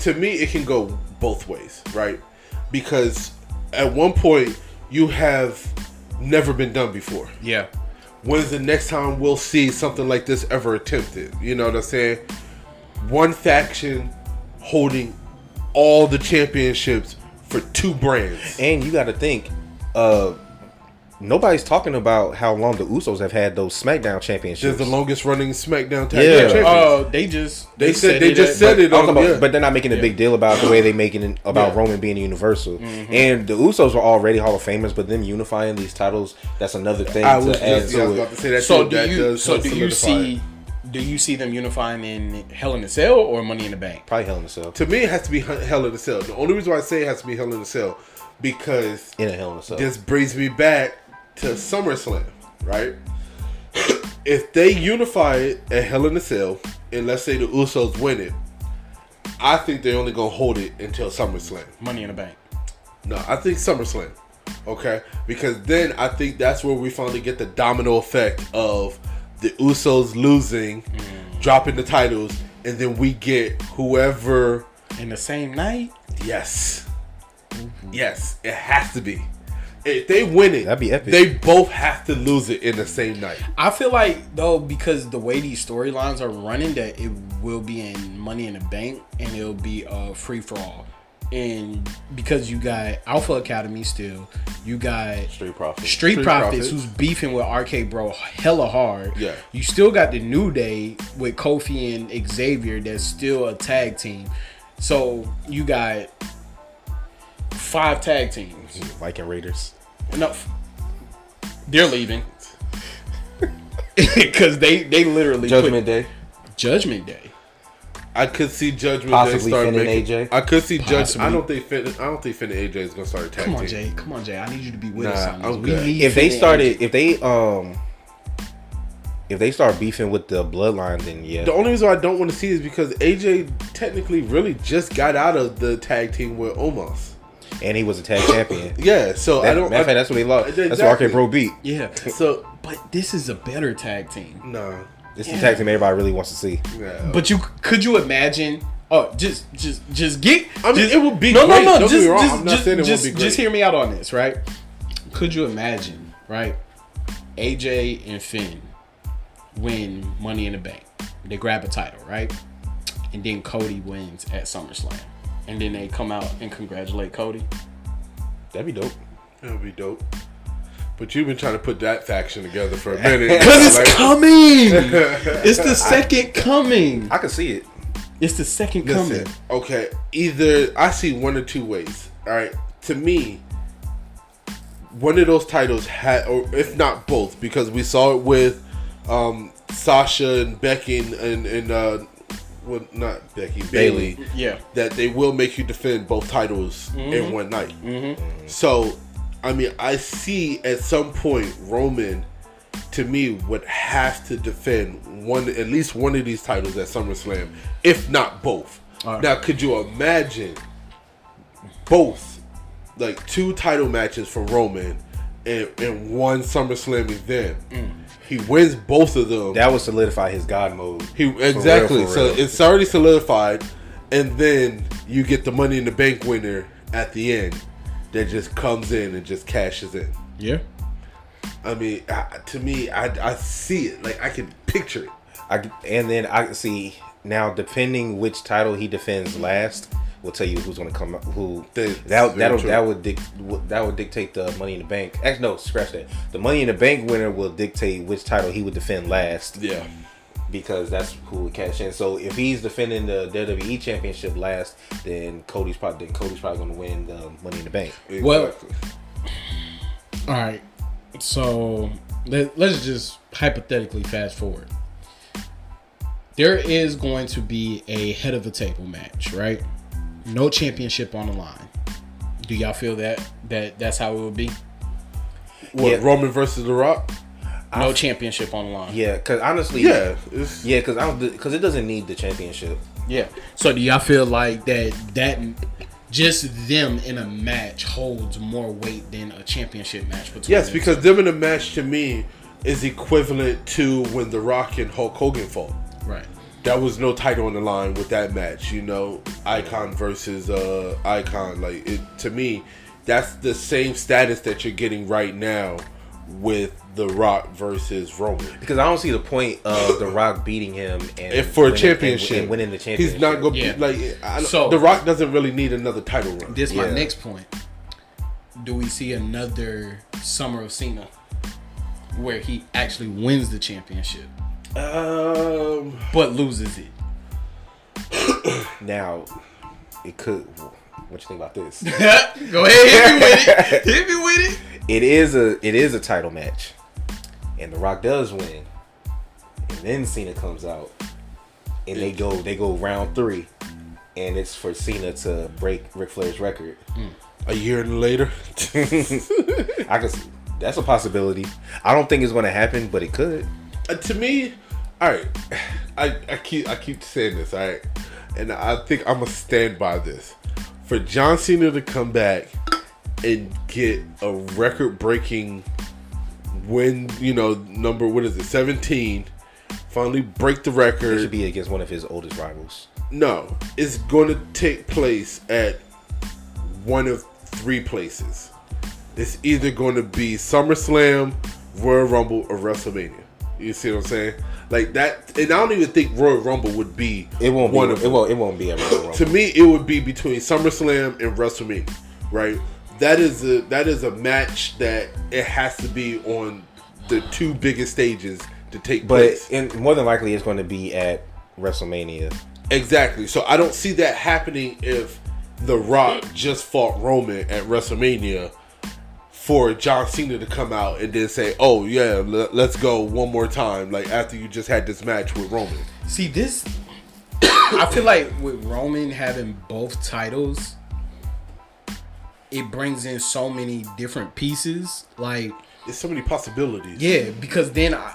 S2: to me, it can go both ways, right? Because at one point, you have never been done before.
S1: Yeah.
S2: When's the next time we'll see something like this ever attempted? You know what I'm saying? One faction holding all the championships for two brands.
S3: and you got to think, uh. Nobody's talking about how long the Usos have had those SmackDown
S2: There's
S3: championships.
S2: the longest running SmackDown tag
S3: Yeah.
S2: team champions.
S1: Oh, they uh, just
S2: They said- they just
S1: at-
S2: said it
S3: I'm talking
S2: on-
S3: about-
S2: yeah.
S3: but they're not making a big deal about the way they making it
S2: Yeah.
S3: about
S2: Mm-hmm.
S3: Roman being universal. And the Usos were already Hall of Famers, but them unifying these titles, that's another thing
S2: I
S3: to
S2: was
S3: add
S2: just yeah, I was about
S3: to it.
S2: to say that.
S1: So
S2: too.
S1: do
S2: That
S1: you?
S2: does
S1: So
S2: help
S1: do you
S2: solidify it.
S1: see? Do you see them unifying in Hell in a Cell or Money in the Bank?
S3: Probably Hell in a Cell.
S2: To me, it has to be Hell- Hell in a Cell. The only reason why I say it has to be Hell in a Cell because
S3: In a Hell in a Cell.
S2: this brings me back to SummerSlam, right? <coughs> if they unify it at Hell in a Cell, and let's say the Usos win it, I think they're only gonna hold it until SummerSlam.
S1: Money in the Bank.
S2: No, I think SummerSlam. Okay, because then I think that's where we finally get the domino effect of the Usos losing, dropping the titles, and then we get whoever.
S1: In the same night.
S2: Yes, yes, it has to be. If they win it,
S3: That'd be epic.
S2: They both have to lose it in the same night.
S1: I feel like though because the way these storylines are running, that it will be in Money in the Bank and it'll be a free for all. And because you got Alpha Academy still, you got
S3: Street Profit.
S1: Street,
S2: Street
S1: Profits,
S2: Profits.
S1: who's beefing with RK Bro hella hard.
S2: Yeah.
S1: You still got the New Day with Kofi and Xavier that's still a tag team. So you got five tag teams.
S3: Viking Raiders.
S1: Enough. They're leaving. Cause they they literally put,
S3: Judgment Day.
S1: Judgment Day.
S2: I could see Judgment Day
S3: Possibly
S2: start
S3: Finn and
S2: making.
S3: AJ.
S2: I could see Judge.
S1: Possibly.
S2: I don't think Finn. I don't think Finn and AJ is gonna start a tag
S1: Come on,
S2: team.
S1: Jay. Come on, Jay. I need you to be with
S2: Nah,
S1: us on this.
S2: I'm
S1: we
S2: good.
S1: need
S3: If they
S1: Finn.
S3: started if they um if they start beefing with the bloodline, then yeah.
S2: The only reason why I don't want to see is because AJ technically really just got out of the tag team with Omos.
S3: And he was a tag champion.
S2: Yeah, so <laughs> I
S3: That,
S2: don't.
S3: matter of fact,
S2: I,
S3: that's what they lost. That's what
S2: Exactly.
S3: Arcade Pro beat.
S1: Yeah.
S2: so
S1: But this is a better tag team.
S2: no.
S3: This is the tag team everybody really wants to see.
S2: Yeah.
S1: But you could you imagine? Oh, just just just get.
S2: I mean,
S1: just-
S2: it would be great. Don't get
S1: just,
S2: me wrong.
S1: Just,
S2: I'm not
S1: just,
S2: saying it won't
S1: just,
S2: be great.
S1: just hear me out on this, right? Could you imagine, right? AJ and Finn win Money in the Bank. They grab a title, right? And then Cody wins at SummerSlam, and then they come out and congratulate Cody.
S3: That'd be dope.
S2: that would be dope. But you've been trying to put that faction together for a
S3: <laughs>
S2: minute.
S1: Cause it's
S2: Like,
S1: coming. <laughs> it's
S2: <laughs>
S1: the second coming.
S3: I could see it.
S1: It's the second
S2: listen,
S1: coming.
S2: okay, either I see one or two ways. All right, to me, one of those titles had, or if not both, because we saw it with um, Sasha and Becky and and, and uh, well, not Becky Bailey.
S1: Yeah.
S2: that they will make you defend both titles in one night. So, I mean, I see at some point Roman, to me, would have to defend one at least one of these titles at SummerSlam, if not both.
S1: Alright.
S2: Now, could you imagine both, like two title matches for Roman and, and one SummerSlam event? He wins both of them.
S3: That would solidify his god mode.
S2: He
S3: For
S2: exactly.
S3: real, for
S2: so
S3: real.
S2: it's already solidified, and then you get the money in the bank winner at the end that just comes in and just cashes in.
S1: Yeah.
S2: I mean, I, to me, I, I see it. Like I can picture it.
S3: I, and then I see now depending which title he defends last will tell you who's going to come up- who
S2: That's
S3: that
S2: very
S3: that
S2: true.
S3: that would dic, would- that would dictate the money in the bank. Actually, no, scratch that. The money in the bank winner will dictate which title he would defend last
S2: Yeah.
S3: because that's who would cash in. So if he's defending the WWE championship last, then Cody's probably then Cody's probably going to win the money in the bank.
S1: Well- All right. So let, let's just hypothetically fast forward. there is going to be a head of the table match, right? No championship on the line. Do y'all feel that that that's how it would be?
S2: What
S3: Yeah.
S2: Roman versus The Rock?
S1: No championship on the line.
S3: Yeah, because honestly,
S2: Yeah, it's,
S3: yeah, because I don't, because it doesn't need the championship.
S1: Yeah. So do y'all feel like that that just them in a match holds more weight than a championship match between?
S2: Yes,
S1: them?
S2: because them in a match to me is equivalent to when The Rock and Hulk Hogan fought.
S1: right.
S2: That was no title on the line with that match, you know, Icon versus uh Icon. Like it to me, that's the same status that you're getting right now with The Rock versus Roman.
S3: Because I don't see the point of The Rock beating him and
S2: If for a
S3: winning-
S2: championship,
S3: and winning the championship.
S2: he's not gonna
S1: Yeah.
S2: be like I, don't-
S1: So-
S2: The Rock doesn't really need another title run.
S1: This my
S3: Yeah.
S1: next point. Do we see another Summer of Cena where he actually wins the championship
S2: um,
S1: but loses it? <laughs>
S3: now. It could. What you think about this?
S1: Go ahead,
S3: <laughs>
S1: hit me with it. Hit me with it.
S3: it is a it is a title match, and The Rock does win, and then Cena comes out, and they go they go round three, and it's for Cena to break Ric Flair's record.
S2: Hmm. a year later,
S3: <laughs>
S2: <laughs>
S3: I could. s- That's a possibility. I don't think it's going to happen, but it could.
S2: Uh, to me, all right. <sighs> I, I keep I keep saying this, all right, and I think I'm gonna stand by this. For John Cena to come back and get a record-breaking win, you know, number what is it, 17? Finally break the
S3: It
S2: record.
S3: should be against one of his oldest rivals.
S2: No, it's going to take place at one of three places. It's either going to be SummerSlam, Royal Rumble, or WrestleMania. You see what I'm saying? Like that, and I don't even think Royal Rumble would be.
S3: It won't
S2: one
S3: be.
S2: of
S3: It won't. It won't be a Royal Rumble.
S2: To me, it would be between SummerSlam and WrestleMania, right? That is a that is a match that it has to be on the two biggest stages to take
S3: but
S2: place.
S3: in, more than likely, it's going to be at WrestleMania.
S2: Exactly. So I don't see that happening if The Rock just fought Roman at WrestleMania for John Cena to come out and then say, "Oh yeah, le- let's go one more time." Like after you just had this match with Roman.
S1: See this <coughs> I feel like with Roman having both titles, it brings in so many different pieces. Like,
S2: There's so many possibilities.
S1: yeah, because then I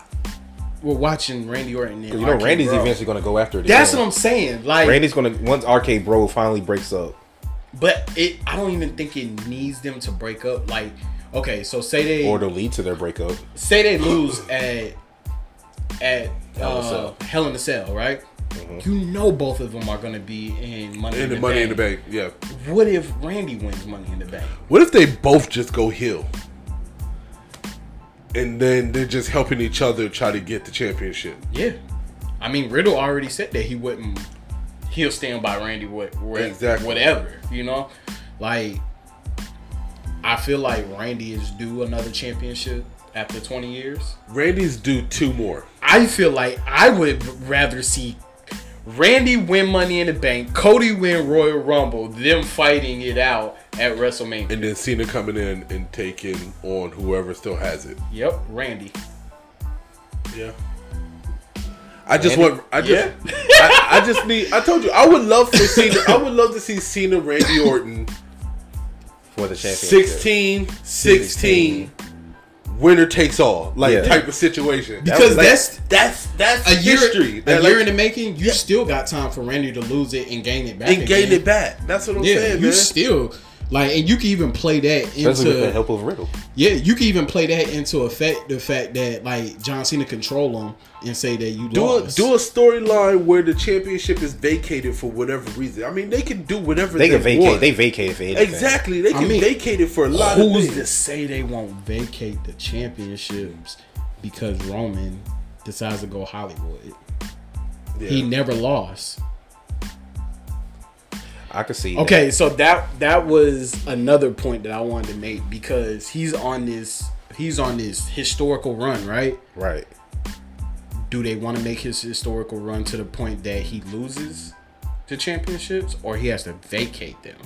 S1: we're watching Randy Orton and
S3: You know,
S1: RK
S3: Randy's
S1: Bro.
S3: eventually going to go after it.
S1: That's
S3: again.
S1: what I'm saying. Like
S3: Randy's going to once RK Bro finally breaks up.
S1: But it, I don't even think it needs them to break up. Like, okay, so say they
S3: or to lead to their breakup.
S1: say they lose at at
S3: Hell in a
S1: uh,
S3: Cell.
S1: Hell in a Cell, right? You know, both of them are gonna be in Money in,
S2: And the Money in the Bank. Yeah.
S1: What if Randy wins Money in the Bank?
S2: What if they both just go heel? And then they're just helping each other try to get the championship.
S1: Yeah, I mean Riddle already said that he wouldn't. He'll stand by Randy what
S2: Exactly.
S1: whatever you know. Like, I feel like Randy is due another championship after 20 years.
S2: Randy's due two more.
S1: I feel like I would rather see Randy win Money in the Bank, Cody win Royal Rumble, them fighting it out at WrestleMania.
S2: And then Cena coming in and taking on whoever still has it.
S1: Yep, Randy.
S2: Yeah. I just
S3: Randy?
S2: want. I just. I, I just need. I told you. I would love for Cena. I would love to see Cena, Randy
S1: <laughs>
S2: Orton,
S3: for the championship.
S2: 16, 16, winner takes all, like
S3: Yeah.
S2: type of situation.
S3: That was
S1: Because
S3: like-
S1: that's
S2: that's that's
S1: a year,
S2: history.
S1: a
S2: That,
S1: year
S2: like,
S1: in the making. You still got time for Randy to lose it and gain it back.
S2: and gain
S1: again.
S2: it back. That's what I'm
S1: Yeah,
S2: saying,
S1: you
S2: man.
S1: still like, and you can even play that
S3: Especially with the
S1: into
S3: help of Riddle.
S1: yeah, you can even play that into effect the fact that like John Cena control him and say that you
S2: do a,
S1: lost.
S2: do a storyline where the championship is vacated for whatever reason. I mean, they can do whatever
S3: They
S2: they,
S3: can vacate.
S2: want.
S3: They vacated for anything.
S2: exactly. They
S1: I
S2: can
S1: mean,
S2: vacate it for a lot of
S1: Who's
S2: things.
S1: to say they won't vacate the championships because Roman decides to go Hollywood?
S2: Yeah.
S1: He never lost.
S3: I could see.
S1: Okay, so that that was another point that I wanted to make because he's on this he's on this historical run, right?
S3: that. Right.
S1: Do they want to make his historical run to the point that he loses the championships or he has to vacate them?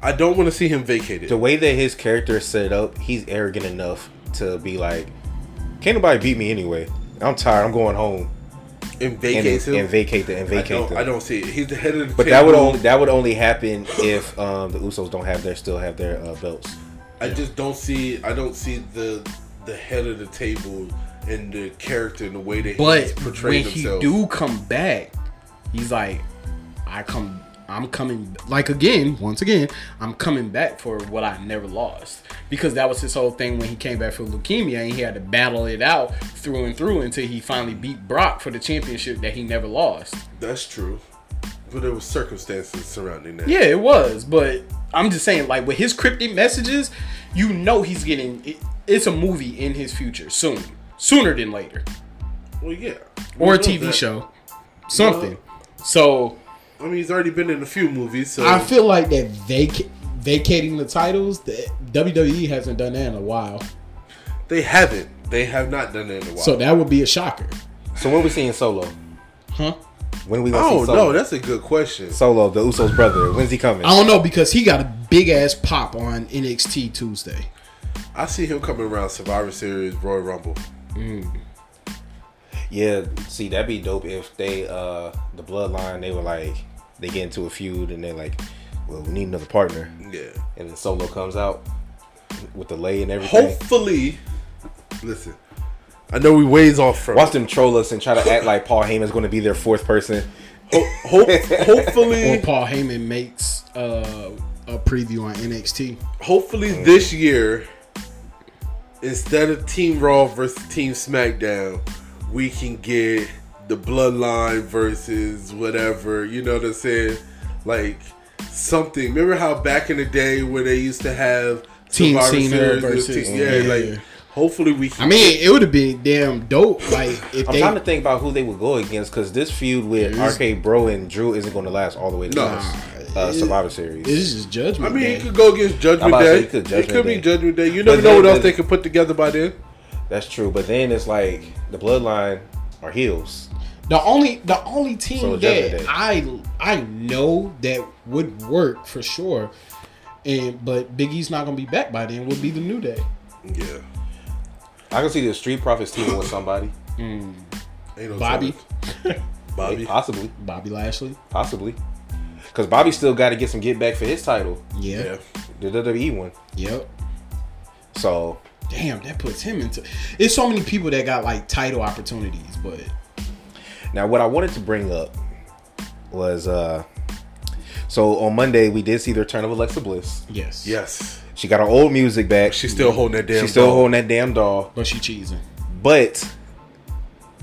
S2: I don't want to see him vacated.
S3: The way that his character is set up, he's arrogant enough to be like, "Can't nobody beat me anyway. I'm tired. I'm going home."
S2: and
S3: and,
S2: vacates him.
S3: and vacate the and
S2: I
S3: vacate
S2: don't,
S3: them.
S2: I don't see it. He's the head of the
S3: But that would
S2: table.
S3: only that would only happen if um, the Usos don't have their still have their uh, belts.
S2: I just don't see. I don't see the the head of the table and the character and the way that
S1: But
S2: he's
S1: when
S2: portrayed
S1: he
S2: himself.
S1: do come back, he's like, I come, I'm coming. Like again, once again, I'm coming back for what I never lost because that was his whole thing when he came back for leukemia and he had to battle it out through and through until he finally beat Brock for the championship that he never lost.
S2: That's true. But there were circumstances surrounding that.
S1: Yeah, it was, but I'm just saying, like with his cryptic messages, you know he's getting. It, it's a movie in his future soon, sooner than later,
S2: Well, yeah.
S1: or
S2: We
S1: a
S2: know
S1: TV
S2: that.
S1: show, something. So
S2: I mean, he's already been in a few movies, so
S4: I feel like that vac- vacating the titles, the WWE E hasn't done that in a while.
S2: they haven't. They have not done that in a while.
S4: So that would be a shocker.
S3: So when we seeing Solo?
S1: Huh?
S3: When we gonna
S2: oh
S3: see Solo?
S2: no, that's a good question.
S3: Solo, the Usos brother. When's he coming?
S1: Oh.
S4: I don't know because he got a big ass pop on NXT Tuesday.
S2: I see him coming around Survivor Series, Royal Rumble.
S3: Yeah, see that'd be dope if they uh the bloodline they were like they get into a feud and they're like, Well, we need another partner
S2: Yeah.
S3: and then solo comes out with the lay and everything.
S2: Hopefully, listen. I know we ways off from.
S3: Watch them troll us and try to act like Paul Heyman's gonna be their fourth person.
S2: Ho- ho-
S3: Eh.
S1: or
S2: Oh, hopefully,
S1: Paul Heyman makes
S4: Uh, a preview on NXT.
S2: hopefully this year, instead of Team Raw versus Team SmackDown, we can get the Bloodline versus whatever. You know what I'm saying? Like something. Remember how back in the day where they used to have
S1: Team
S2: Survivor
S1: Cena
S2: Series with
S1: versus-
S2: Team- yeah,
S1: yeah.
S2: like. Hopefully we can
S4: I mean, it would have been damn dope. Like if
S3: I'm
S4: they
S3: trying to think about who they would go against because this feud with RK Bro and Drew isn't going to last all the way to
S2: No.
S3: the uh, Survivor Series.
S4: It's just judgment.
S2: I mean,
S4: day.
S2: it could go against Judgment
S3: about to
S2: Day.
S3: say it could
S2: it could
S3: Judgment
S2: be
S3: Day.
S2: Judgment Day. You never
S3: But
S2: know
S3: then
S2: what else
S3: the-
S2: they could put together by then.
S3: That's true, but then it's like the bloodline are heels.
S4: the only the only team
S3: So
S4: that
S3: Judgment Day.
S4: I I know that would work for sure, and but Biggie's not gonna be back by then. Would be the New Day.
S2: Yeah,
S3: I can see the Street Profits teaming with somebody,
S2: Ain't no
S4: Bobby,
S2: telling. <clears throat> Bobby.
S3: possibly,
S4: Bobby Lashley.
S3: possibly, because Bobby still got to get some get back for his title,
S2: Yeah,
S4: Yeah.
S3: the WWE one.
S4: Yep.
S3: So
S4: Damn, that puts him into. It's so many people that got like title opportunities, but
S3: Now, what I wanted to bring up was uh so on Monday we did see the return of Alexa Bliss.
S4: yes,
S2: yes.
S3: She got her old music back.
S2: She's still holding that damn.
S3: She's still
S2: ball.
S3: holding that damn doll.
S4: But she cheesing.
S3: But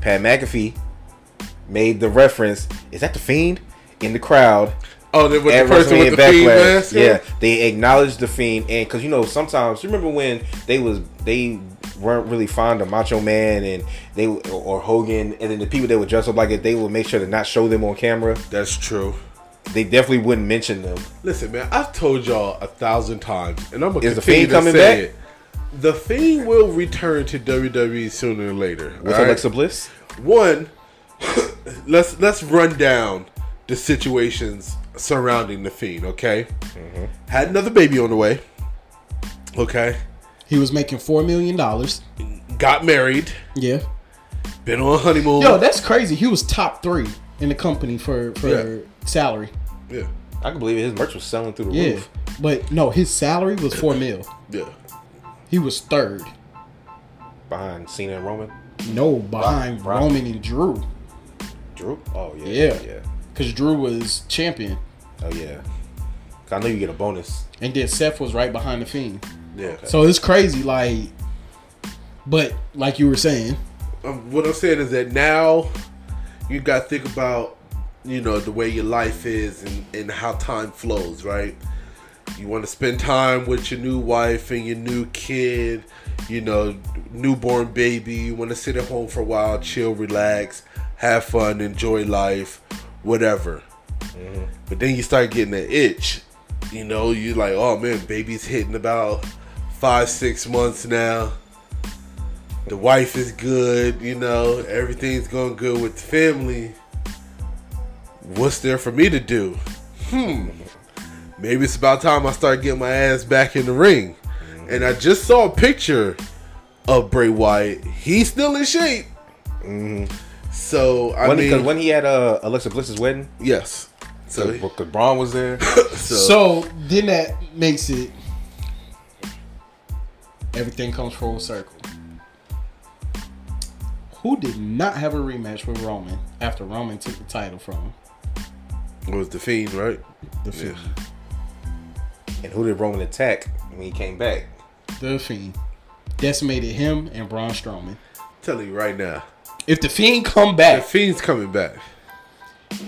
S3: Pat McAfee made the reference. Is that the fiend in the crowd?
S2: Oh, then with the
S3: Everyone's
S2: person
S3: made
S2: with the fiend
S3: backlash.
S2: mask.
S3: yeah. they acknowledged the fiend, and because you know sometimes you remember when they was they weren't really fond of Macho Man and they or Hogan, and then the people that would dress up like it, they would make sure to not show them on camera.
S2: that's true.
S3: They definitely wouldn't mention them.
S2: Listen, man, I've told y'all a thousand times, and I'm gonna
S3: Is The
S2: continue
S3: Fiend
S2: to
S3: coming
S2: say
S3: back?
S2: it. The Fiend will return to WWE sooner or later.
S3: With
S2: all right?
S3: Alexa Bliss,
S2: One, <coughs> let's let's run down the situations surrounding the Fiend. Okay,
S3: Mm-hmm.
S2: had another baby on the way. Okay,
S4: He was making four million dollars.
S2: got married,
S4: Yeah.
S2: been on a honeymoon.
S4: Yo, that's crazy. He was top three in the company for for
S2: Yeah.
S4: salary.
S2: yeah,
S3: I can believe it. His merch was selling through the
S4: Yeah,
S3: roof.
S4: but no, his salary was four mil.
S2: yeah.
S4: He was third.
S3: Behind Cena and Roman,
S4: No, behind
S3: Brock.
S4: Roman and Drew,
S3: Drew. Oh yeah,
S4: Yeah.
S3: yeah.
S4: because Drew was champion,
S3: Oh yeah. 'Cause I know you get a bonus.
S4: and then Seth was right behind the Fiend.
S2: Yeah.
S4: So it's crazy, like. But like you were saying,
S2: Um, what I'm saying is that now you got to think about, you know, the way your life is and, and how time flows, right? You want to spend time with your new wife and your new kid, you know, newborn baby. You want to sit at home for a while, chill, relax, have fun, enjoy life, whatever. But then you start getting an itch. You know, you like, oh man, baby's hitting about five, six months now. The wife is good, you know, everything's going good with the family. What's there for me to do? Hmm. Maybe it's about time I start getting my ass back in the ring. And I just saw a picture of Bray Wyatt. He's still in shape. So I
S3: Mm-hmm. When,
S2: mean,
S3: because when he had uh, Alexa Bliss's wedding,
S2: yes. So, <laughs>
S3: because Braun was there.
S2: so,
S1: So then that makes it everything comes full circle. Who did not have a rematch with Roman after Roman took the title from him?
S2: it was the fiend, right?
S1: The Fiend.
S3: and who did Roman attack when he came back?
S1: The Fiend decimated him and Braun Strowman.
S2: Telling you right now,
S1: If the Fiend come
S2: the
S1: back,
S2: fiend's coming back.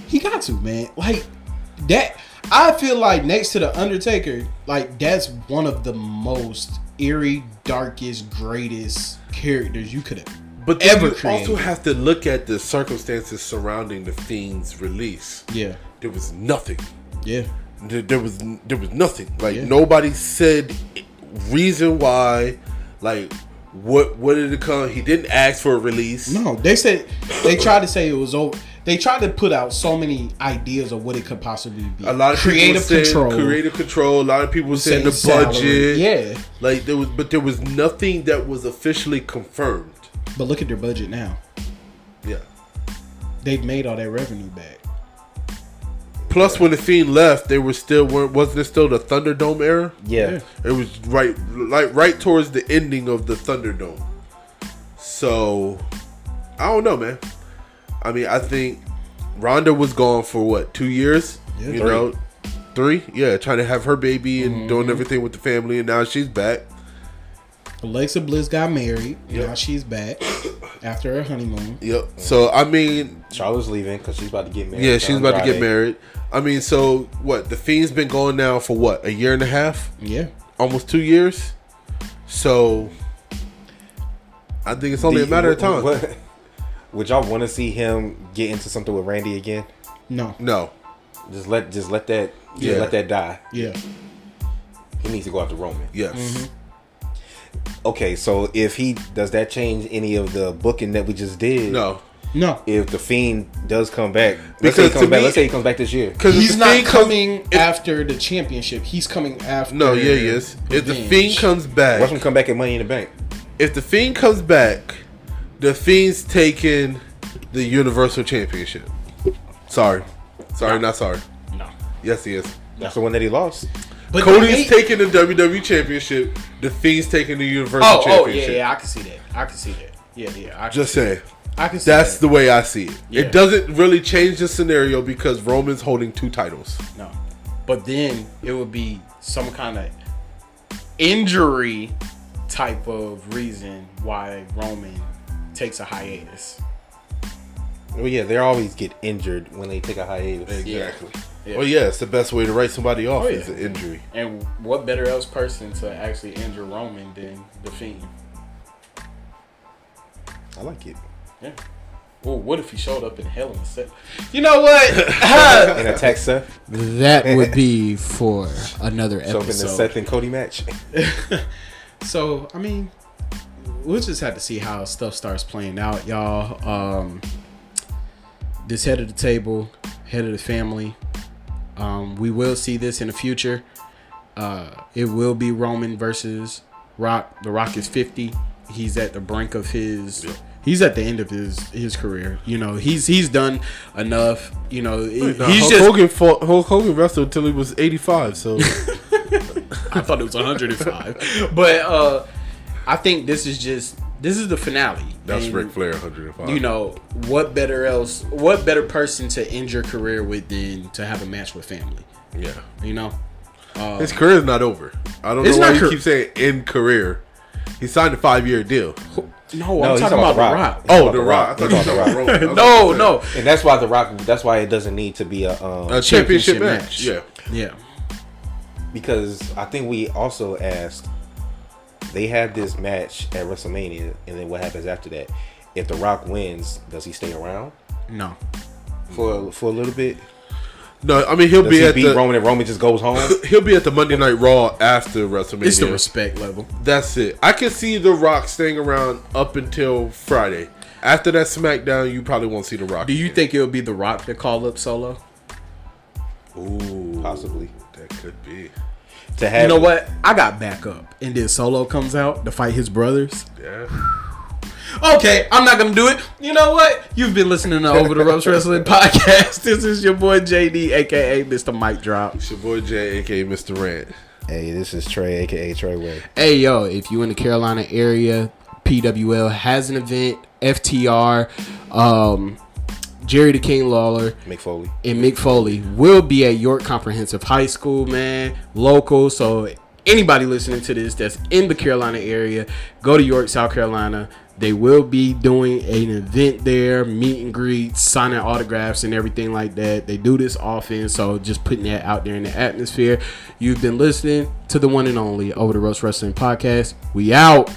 S1: he got to man. Like that, I feel like next to the Undertaker, like that's one of the most eerie, darkest, greatest characters you could have
S2: But then
S1: Ever
S2: you also
S1: created.
S2: have to look at the circumstances surrounding the fiend's release.
S1: Yeah,
S2: There was nothing.
S1: yeah,
S2: There, there was there was nothing. Like
S1: Yeah.
S2: nobody said reason why. Like what what did it come? He didn't ask for a release.
S1: no. They said they tried to say it was over. They tried to put out so many ideas of what it could possibly be.
S2: A lot of
S1: creative
S2: people said,
S1: control,
S2: creative control. A lot of people said the
S1: saying
S2: budget.
S1: salary. Yeah,
S2: like there was, but there was nothing that was officially confirmed.
S1: but look at their budget now.
S2: Yeah.
S1: They've made all that revenue back.
S2: Plus, when the fiend left, they were still weren't- wasn't it still the Thunderdome era?
S3: Yeah,
S2: It was right, like right towards the ending of the Thunderdome. So, I don't know, man. I mean, I think Rhonda was gone for what two years?
S1: Yeah.
S2: you
S1: Three.
S2: know, three. Yeah, trying to have her baby and doing everything with the family, and now she's back.
S1: Alexa Bliss got married.
S2: Yep.
S1: Now she's back after her honeymoon.
S2: Yep. So I mean,
S3: Charlotte's leaving because she's about to get married.
S2: yeah,
S3: to
S2: she's about to
S3: Andrade.
S2: get married. I mean, so what? The fiend's been going now for what a year and a half,
S1: Yeah.
S2: almost two years. So, I think it's only
S3: Do
S2: a
S3: you-
S2: matter of
S3: w-
S2: time.
S3: w- <laughs> Would y'all want to see him get into something with Randy again?
S1: No.
S2: No.
S3: Just let just let that just
S2: Yeah.
S3: let that die.
S1: Yeah.
S3: He needs to go after Roman.
S2: Yes.
S1: Mm-hmm.
S3: Okay, so if he does that change any of the booking that we just did?
S2: No.
S1: No.
S3: If the fiend does come back, let's say he
S2: Because to
S3: comes back.
S2: me-
S3: let's say he comes back this year.
S2: Because
S1: He's not coming after the championship. He's coming after.
S2: No, yeah, he is. If the
S1: revenge.
S2: fiend comes
S3: Watch him
S2: back,
S3: come back at Money in the Bank.
S2: if the fiend comes back, the fiend's taking the Universal Championship. Sorry, sorry, not sorry.
S1: No.
S2: Yes, he is.
S3: That's the one that he lost.
S1: But
S2: Cody's
S1: they-
S2: taking the WWE Championship. The Fiend's taking the Universal
S1: Oh, oh, yeah,
S2: Championship.
S1: yeah. I can see that. I can see that. Yeah, yeah. I can,
S2: Just saying.
S1: I can see
S2: That's
S1: that.
S2: the way I see it.
S1: Yeah.
S2: It doesn't really change the scenario because Roman's holding two titles.
S1: no. But then it would be some kind of injury type of reason why Roman takes a hiatus.
S3: Well, yeah, they always get injured when they take a hiatus.
S1: Yeah.
S2: Well, yeah, it's the best way to write somebody off
S1: Oh,
S2: is
S1: yeah.
S2: an injury.
S1: And what better else person to actually injure Roman than the Fiend?
S3: I like it.
S1: Yeah. Well, what if he showed up in Hell in a Cell? You know what?
S3: And attack Seth.
S4: That would be for another
S3: So in the
S4: episode.
S3: Seth and Cody match.
S1: so I mean, we'll just have to see how stuff starts playing out, y'all. Um, this head of the table, head of the family. Um, we will see this in the future. Uh, it will be Roman versus Rock. The Rock is fifty. He's at the brink of his. He's at the end of his his career. You know, he's he's done enough. You know, he's
S2: Nah, Hulk,
S1: just.
S2: Hogan fought, Hulk Hogan wrestled until he was
S1: <laughs>
S2: 85, so
S1: I thought it was 105. <laughs> but uh I think this is just this is the finale.
S2: that's
S1: And,
S2: Ric Flair 105.
S1: You know, what better else what better person to end your career with than to have a match with family?
S2: yeah.
S1: You know?
S2: His career's not over. I don't
S1: um, It's
S2: know why
S1: not
S2: you
S1: car-
S2: keep saying end career. He signed a five year deal.
S1: No,
S3: No,
S1: I'm
S3: he's
S1: talking about The Rock. Oh,
S3: He's
S2: Oh,
S3: about
S2: The Rock. I
S3: He's
S2: thought you were
S3: about The
S2: talking
S1: <laughs>
S2: about
S3: Rock.
S1: No,
S2: Roman.
S1: no.
S3: <laughs> And that's why the Rock. That's why it doesn't need to be a, um,
S2: A championship,
S1: Championship
S2: match.
S1: match.
S2: Yeah.
S1: Yeah.
S3: because I think we also asked. They had this match at WrestleMania, and then what happens after that? If the Rock wins, does he stay around
S1: No.
S3: for for a little bit?
S2: No, I mean he'll
S3: Does
S2: be
S3: he
S2: at
S3: beat
S2: the
S3: Roman and Roman just goes home?
S2: <laughs> he'll be at the Monday Night Raw after WrestleMania.
S1: It's the respect level.
S2: That's it. I can see The Rock staying around up until Friday. After that SmackDown, you probably won't see The Rock.
S1: Do you
S2: again.
S1: think it'll be The Rock to call up solo?
S2: Ooh,
S3: Possibly.
S2: that could be.
S3: To have
S1: You know what? I got backup. And then Solo comes out to fight his brothers.
S2: Yeah.
S1: Okay, I'm not gonna do it. You know what? You've been listening to Over the Ropes Wrestling <laughs> Podcast. This is your boy JD, aka Mr. Mike Drop.
S2: It's your boy Jay, aka Mr. Rant.
S3: Hey, this is Trey, aka Trey Way.
S1: Hey yo, if you in the Carolina area, PWL has an event, FTR, um, Jerry the King Lawler,
S3: Mick Foley.
S1: and Mick Foley will be at York Comprehensive High School, man, local. So anybody listening to this that's in the Carolina area, go to York, South Carolina. They will be doing an event there, meet and greet, signing autographs, and everything like that. They do this often, so just putting that out there in the atmosphere. You've been listening to the one and only Over the Ropes Wrestling Podcast. We out.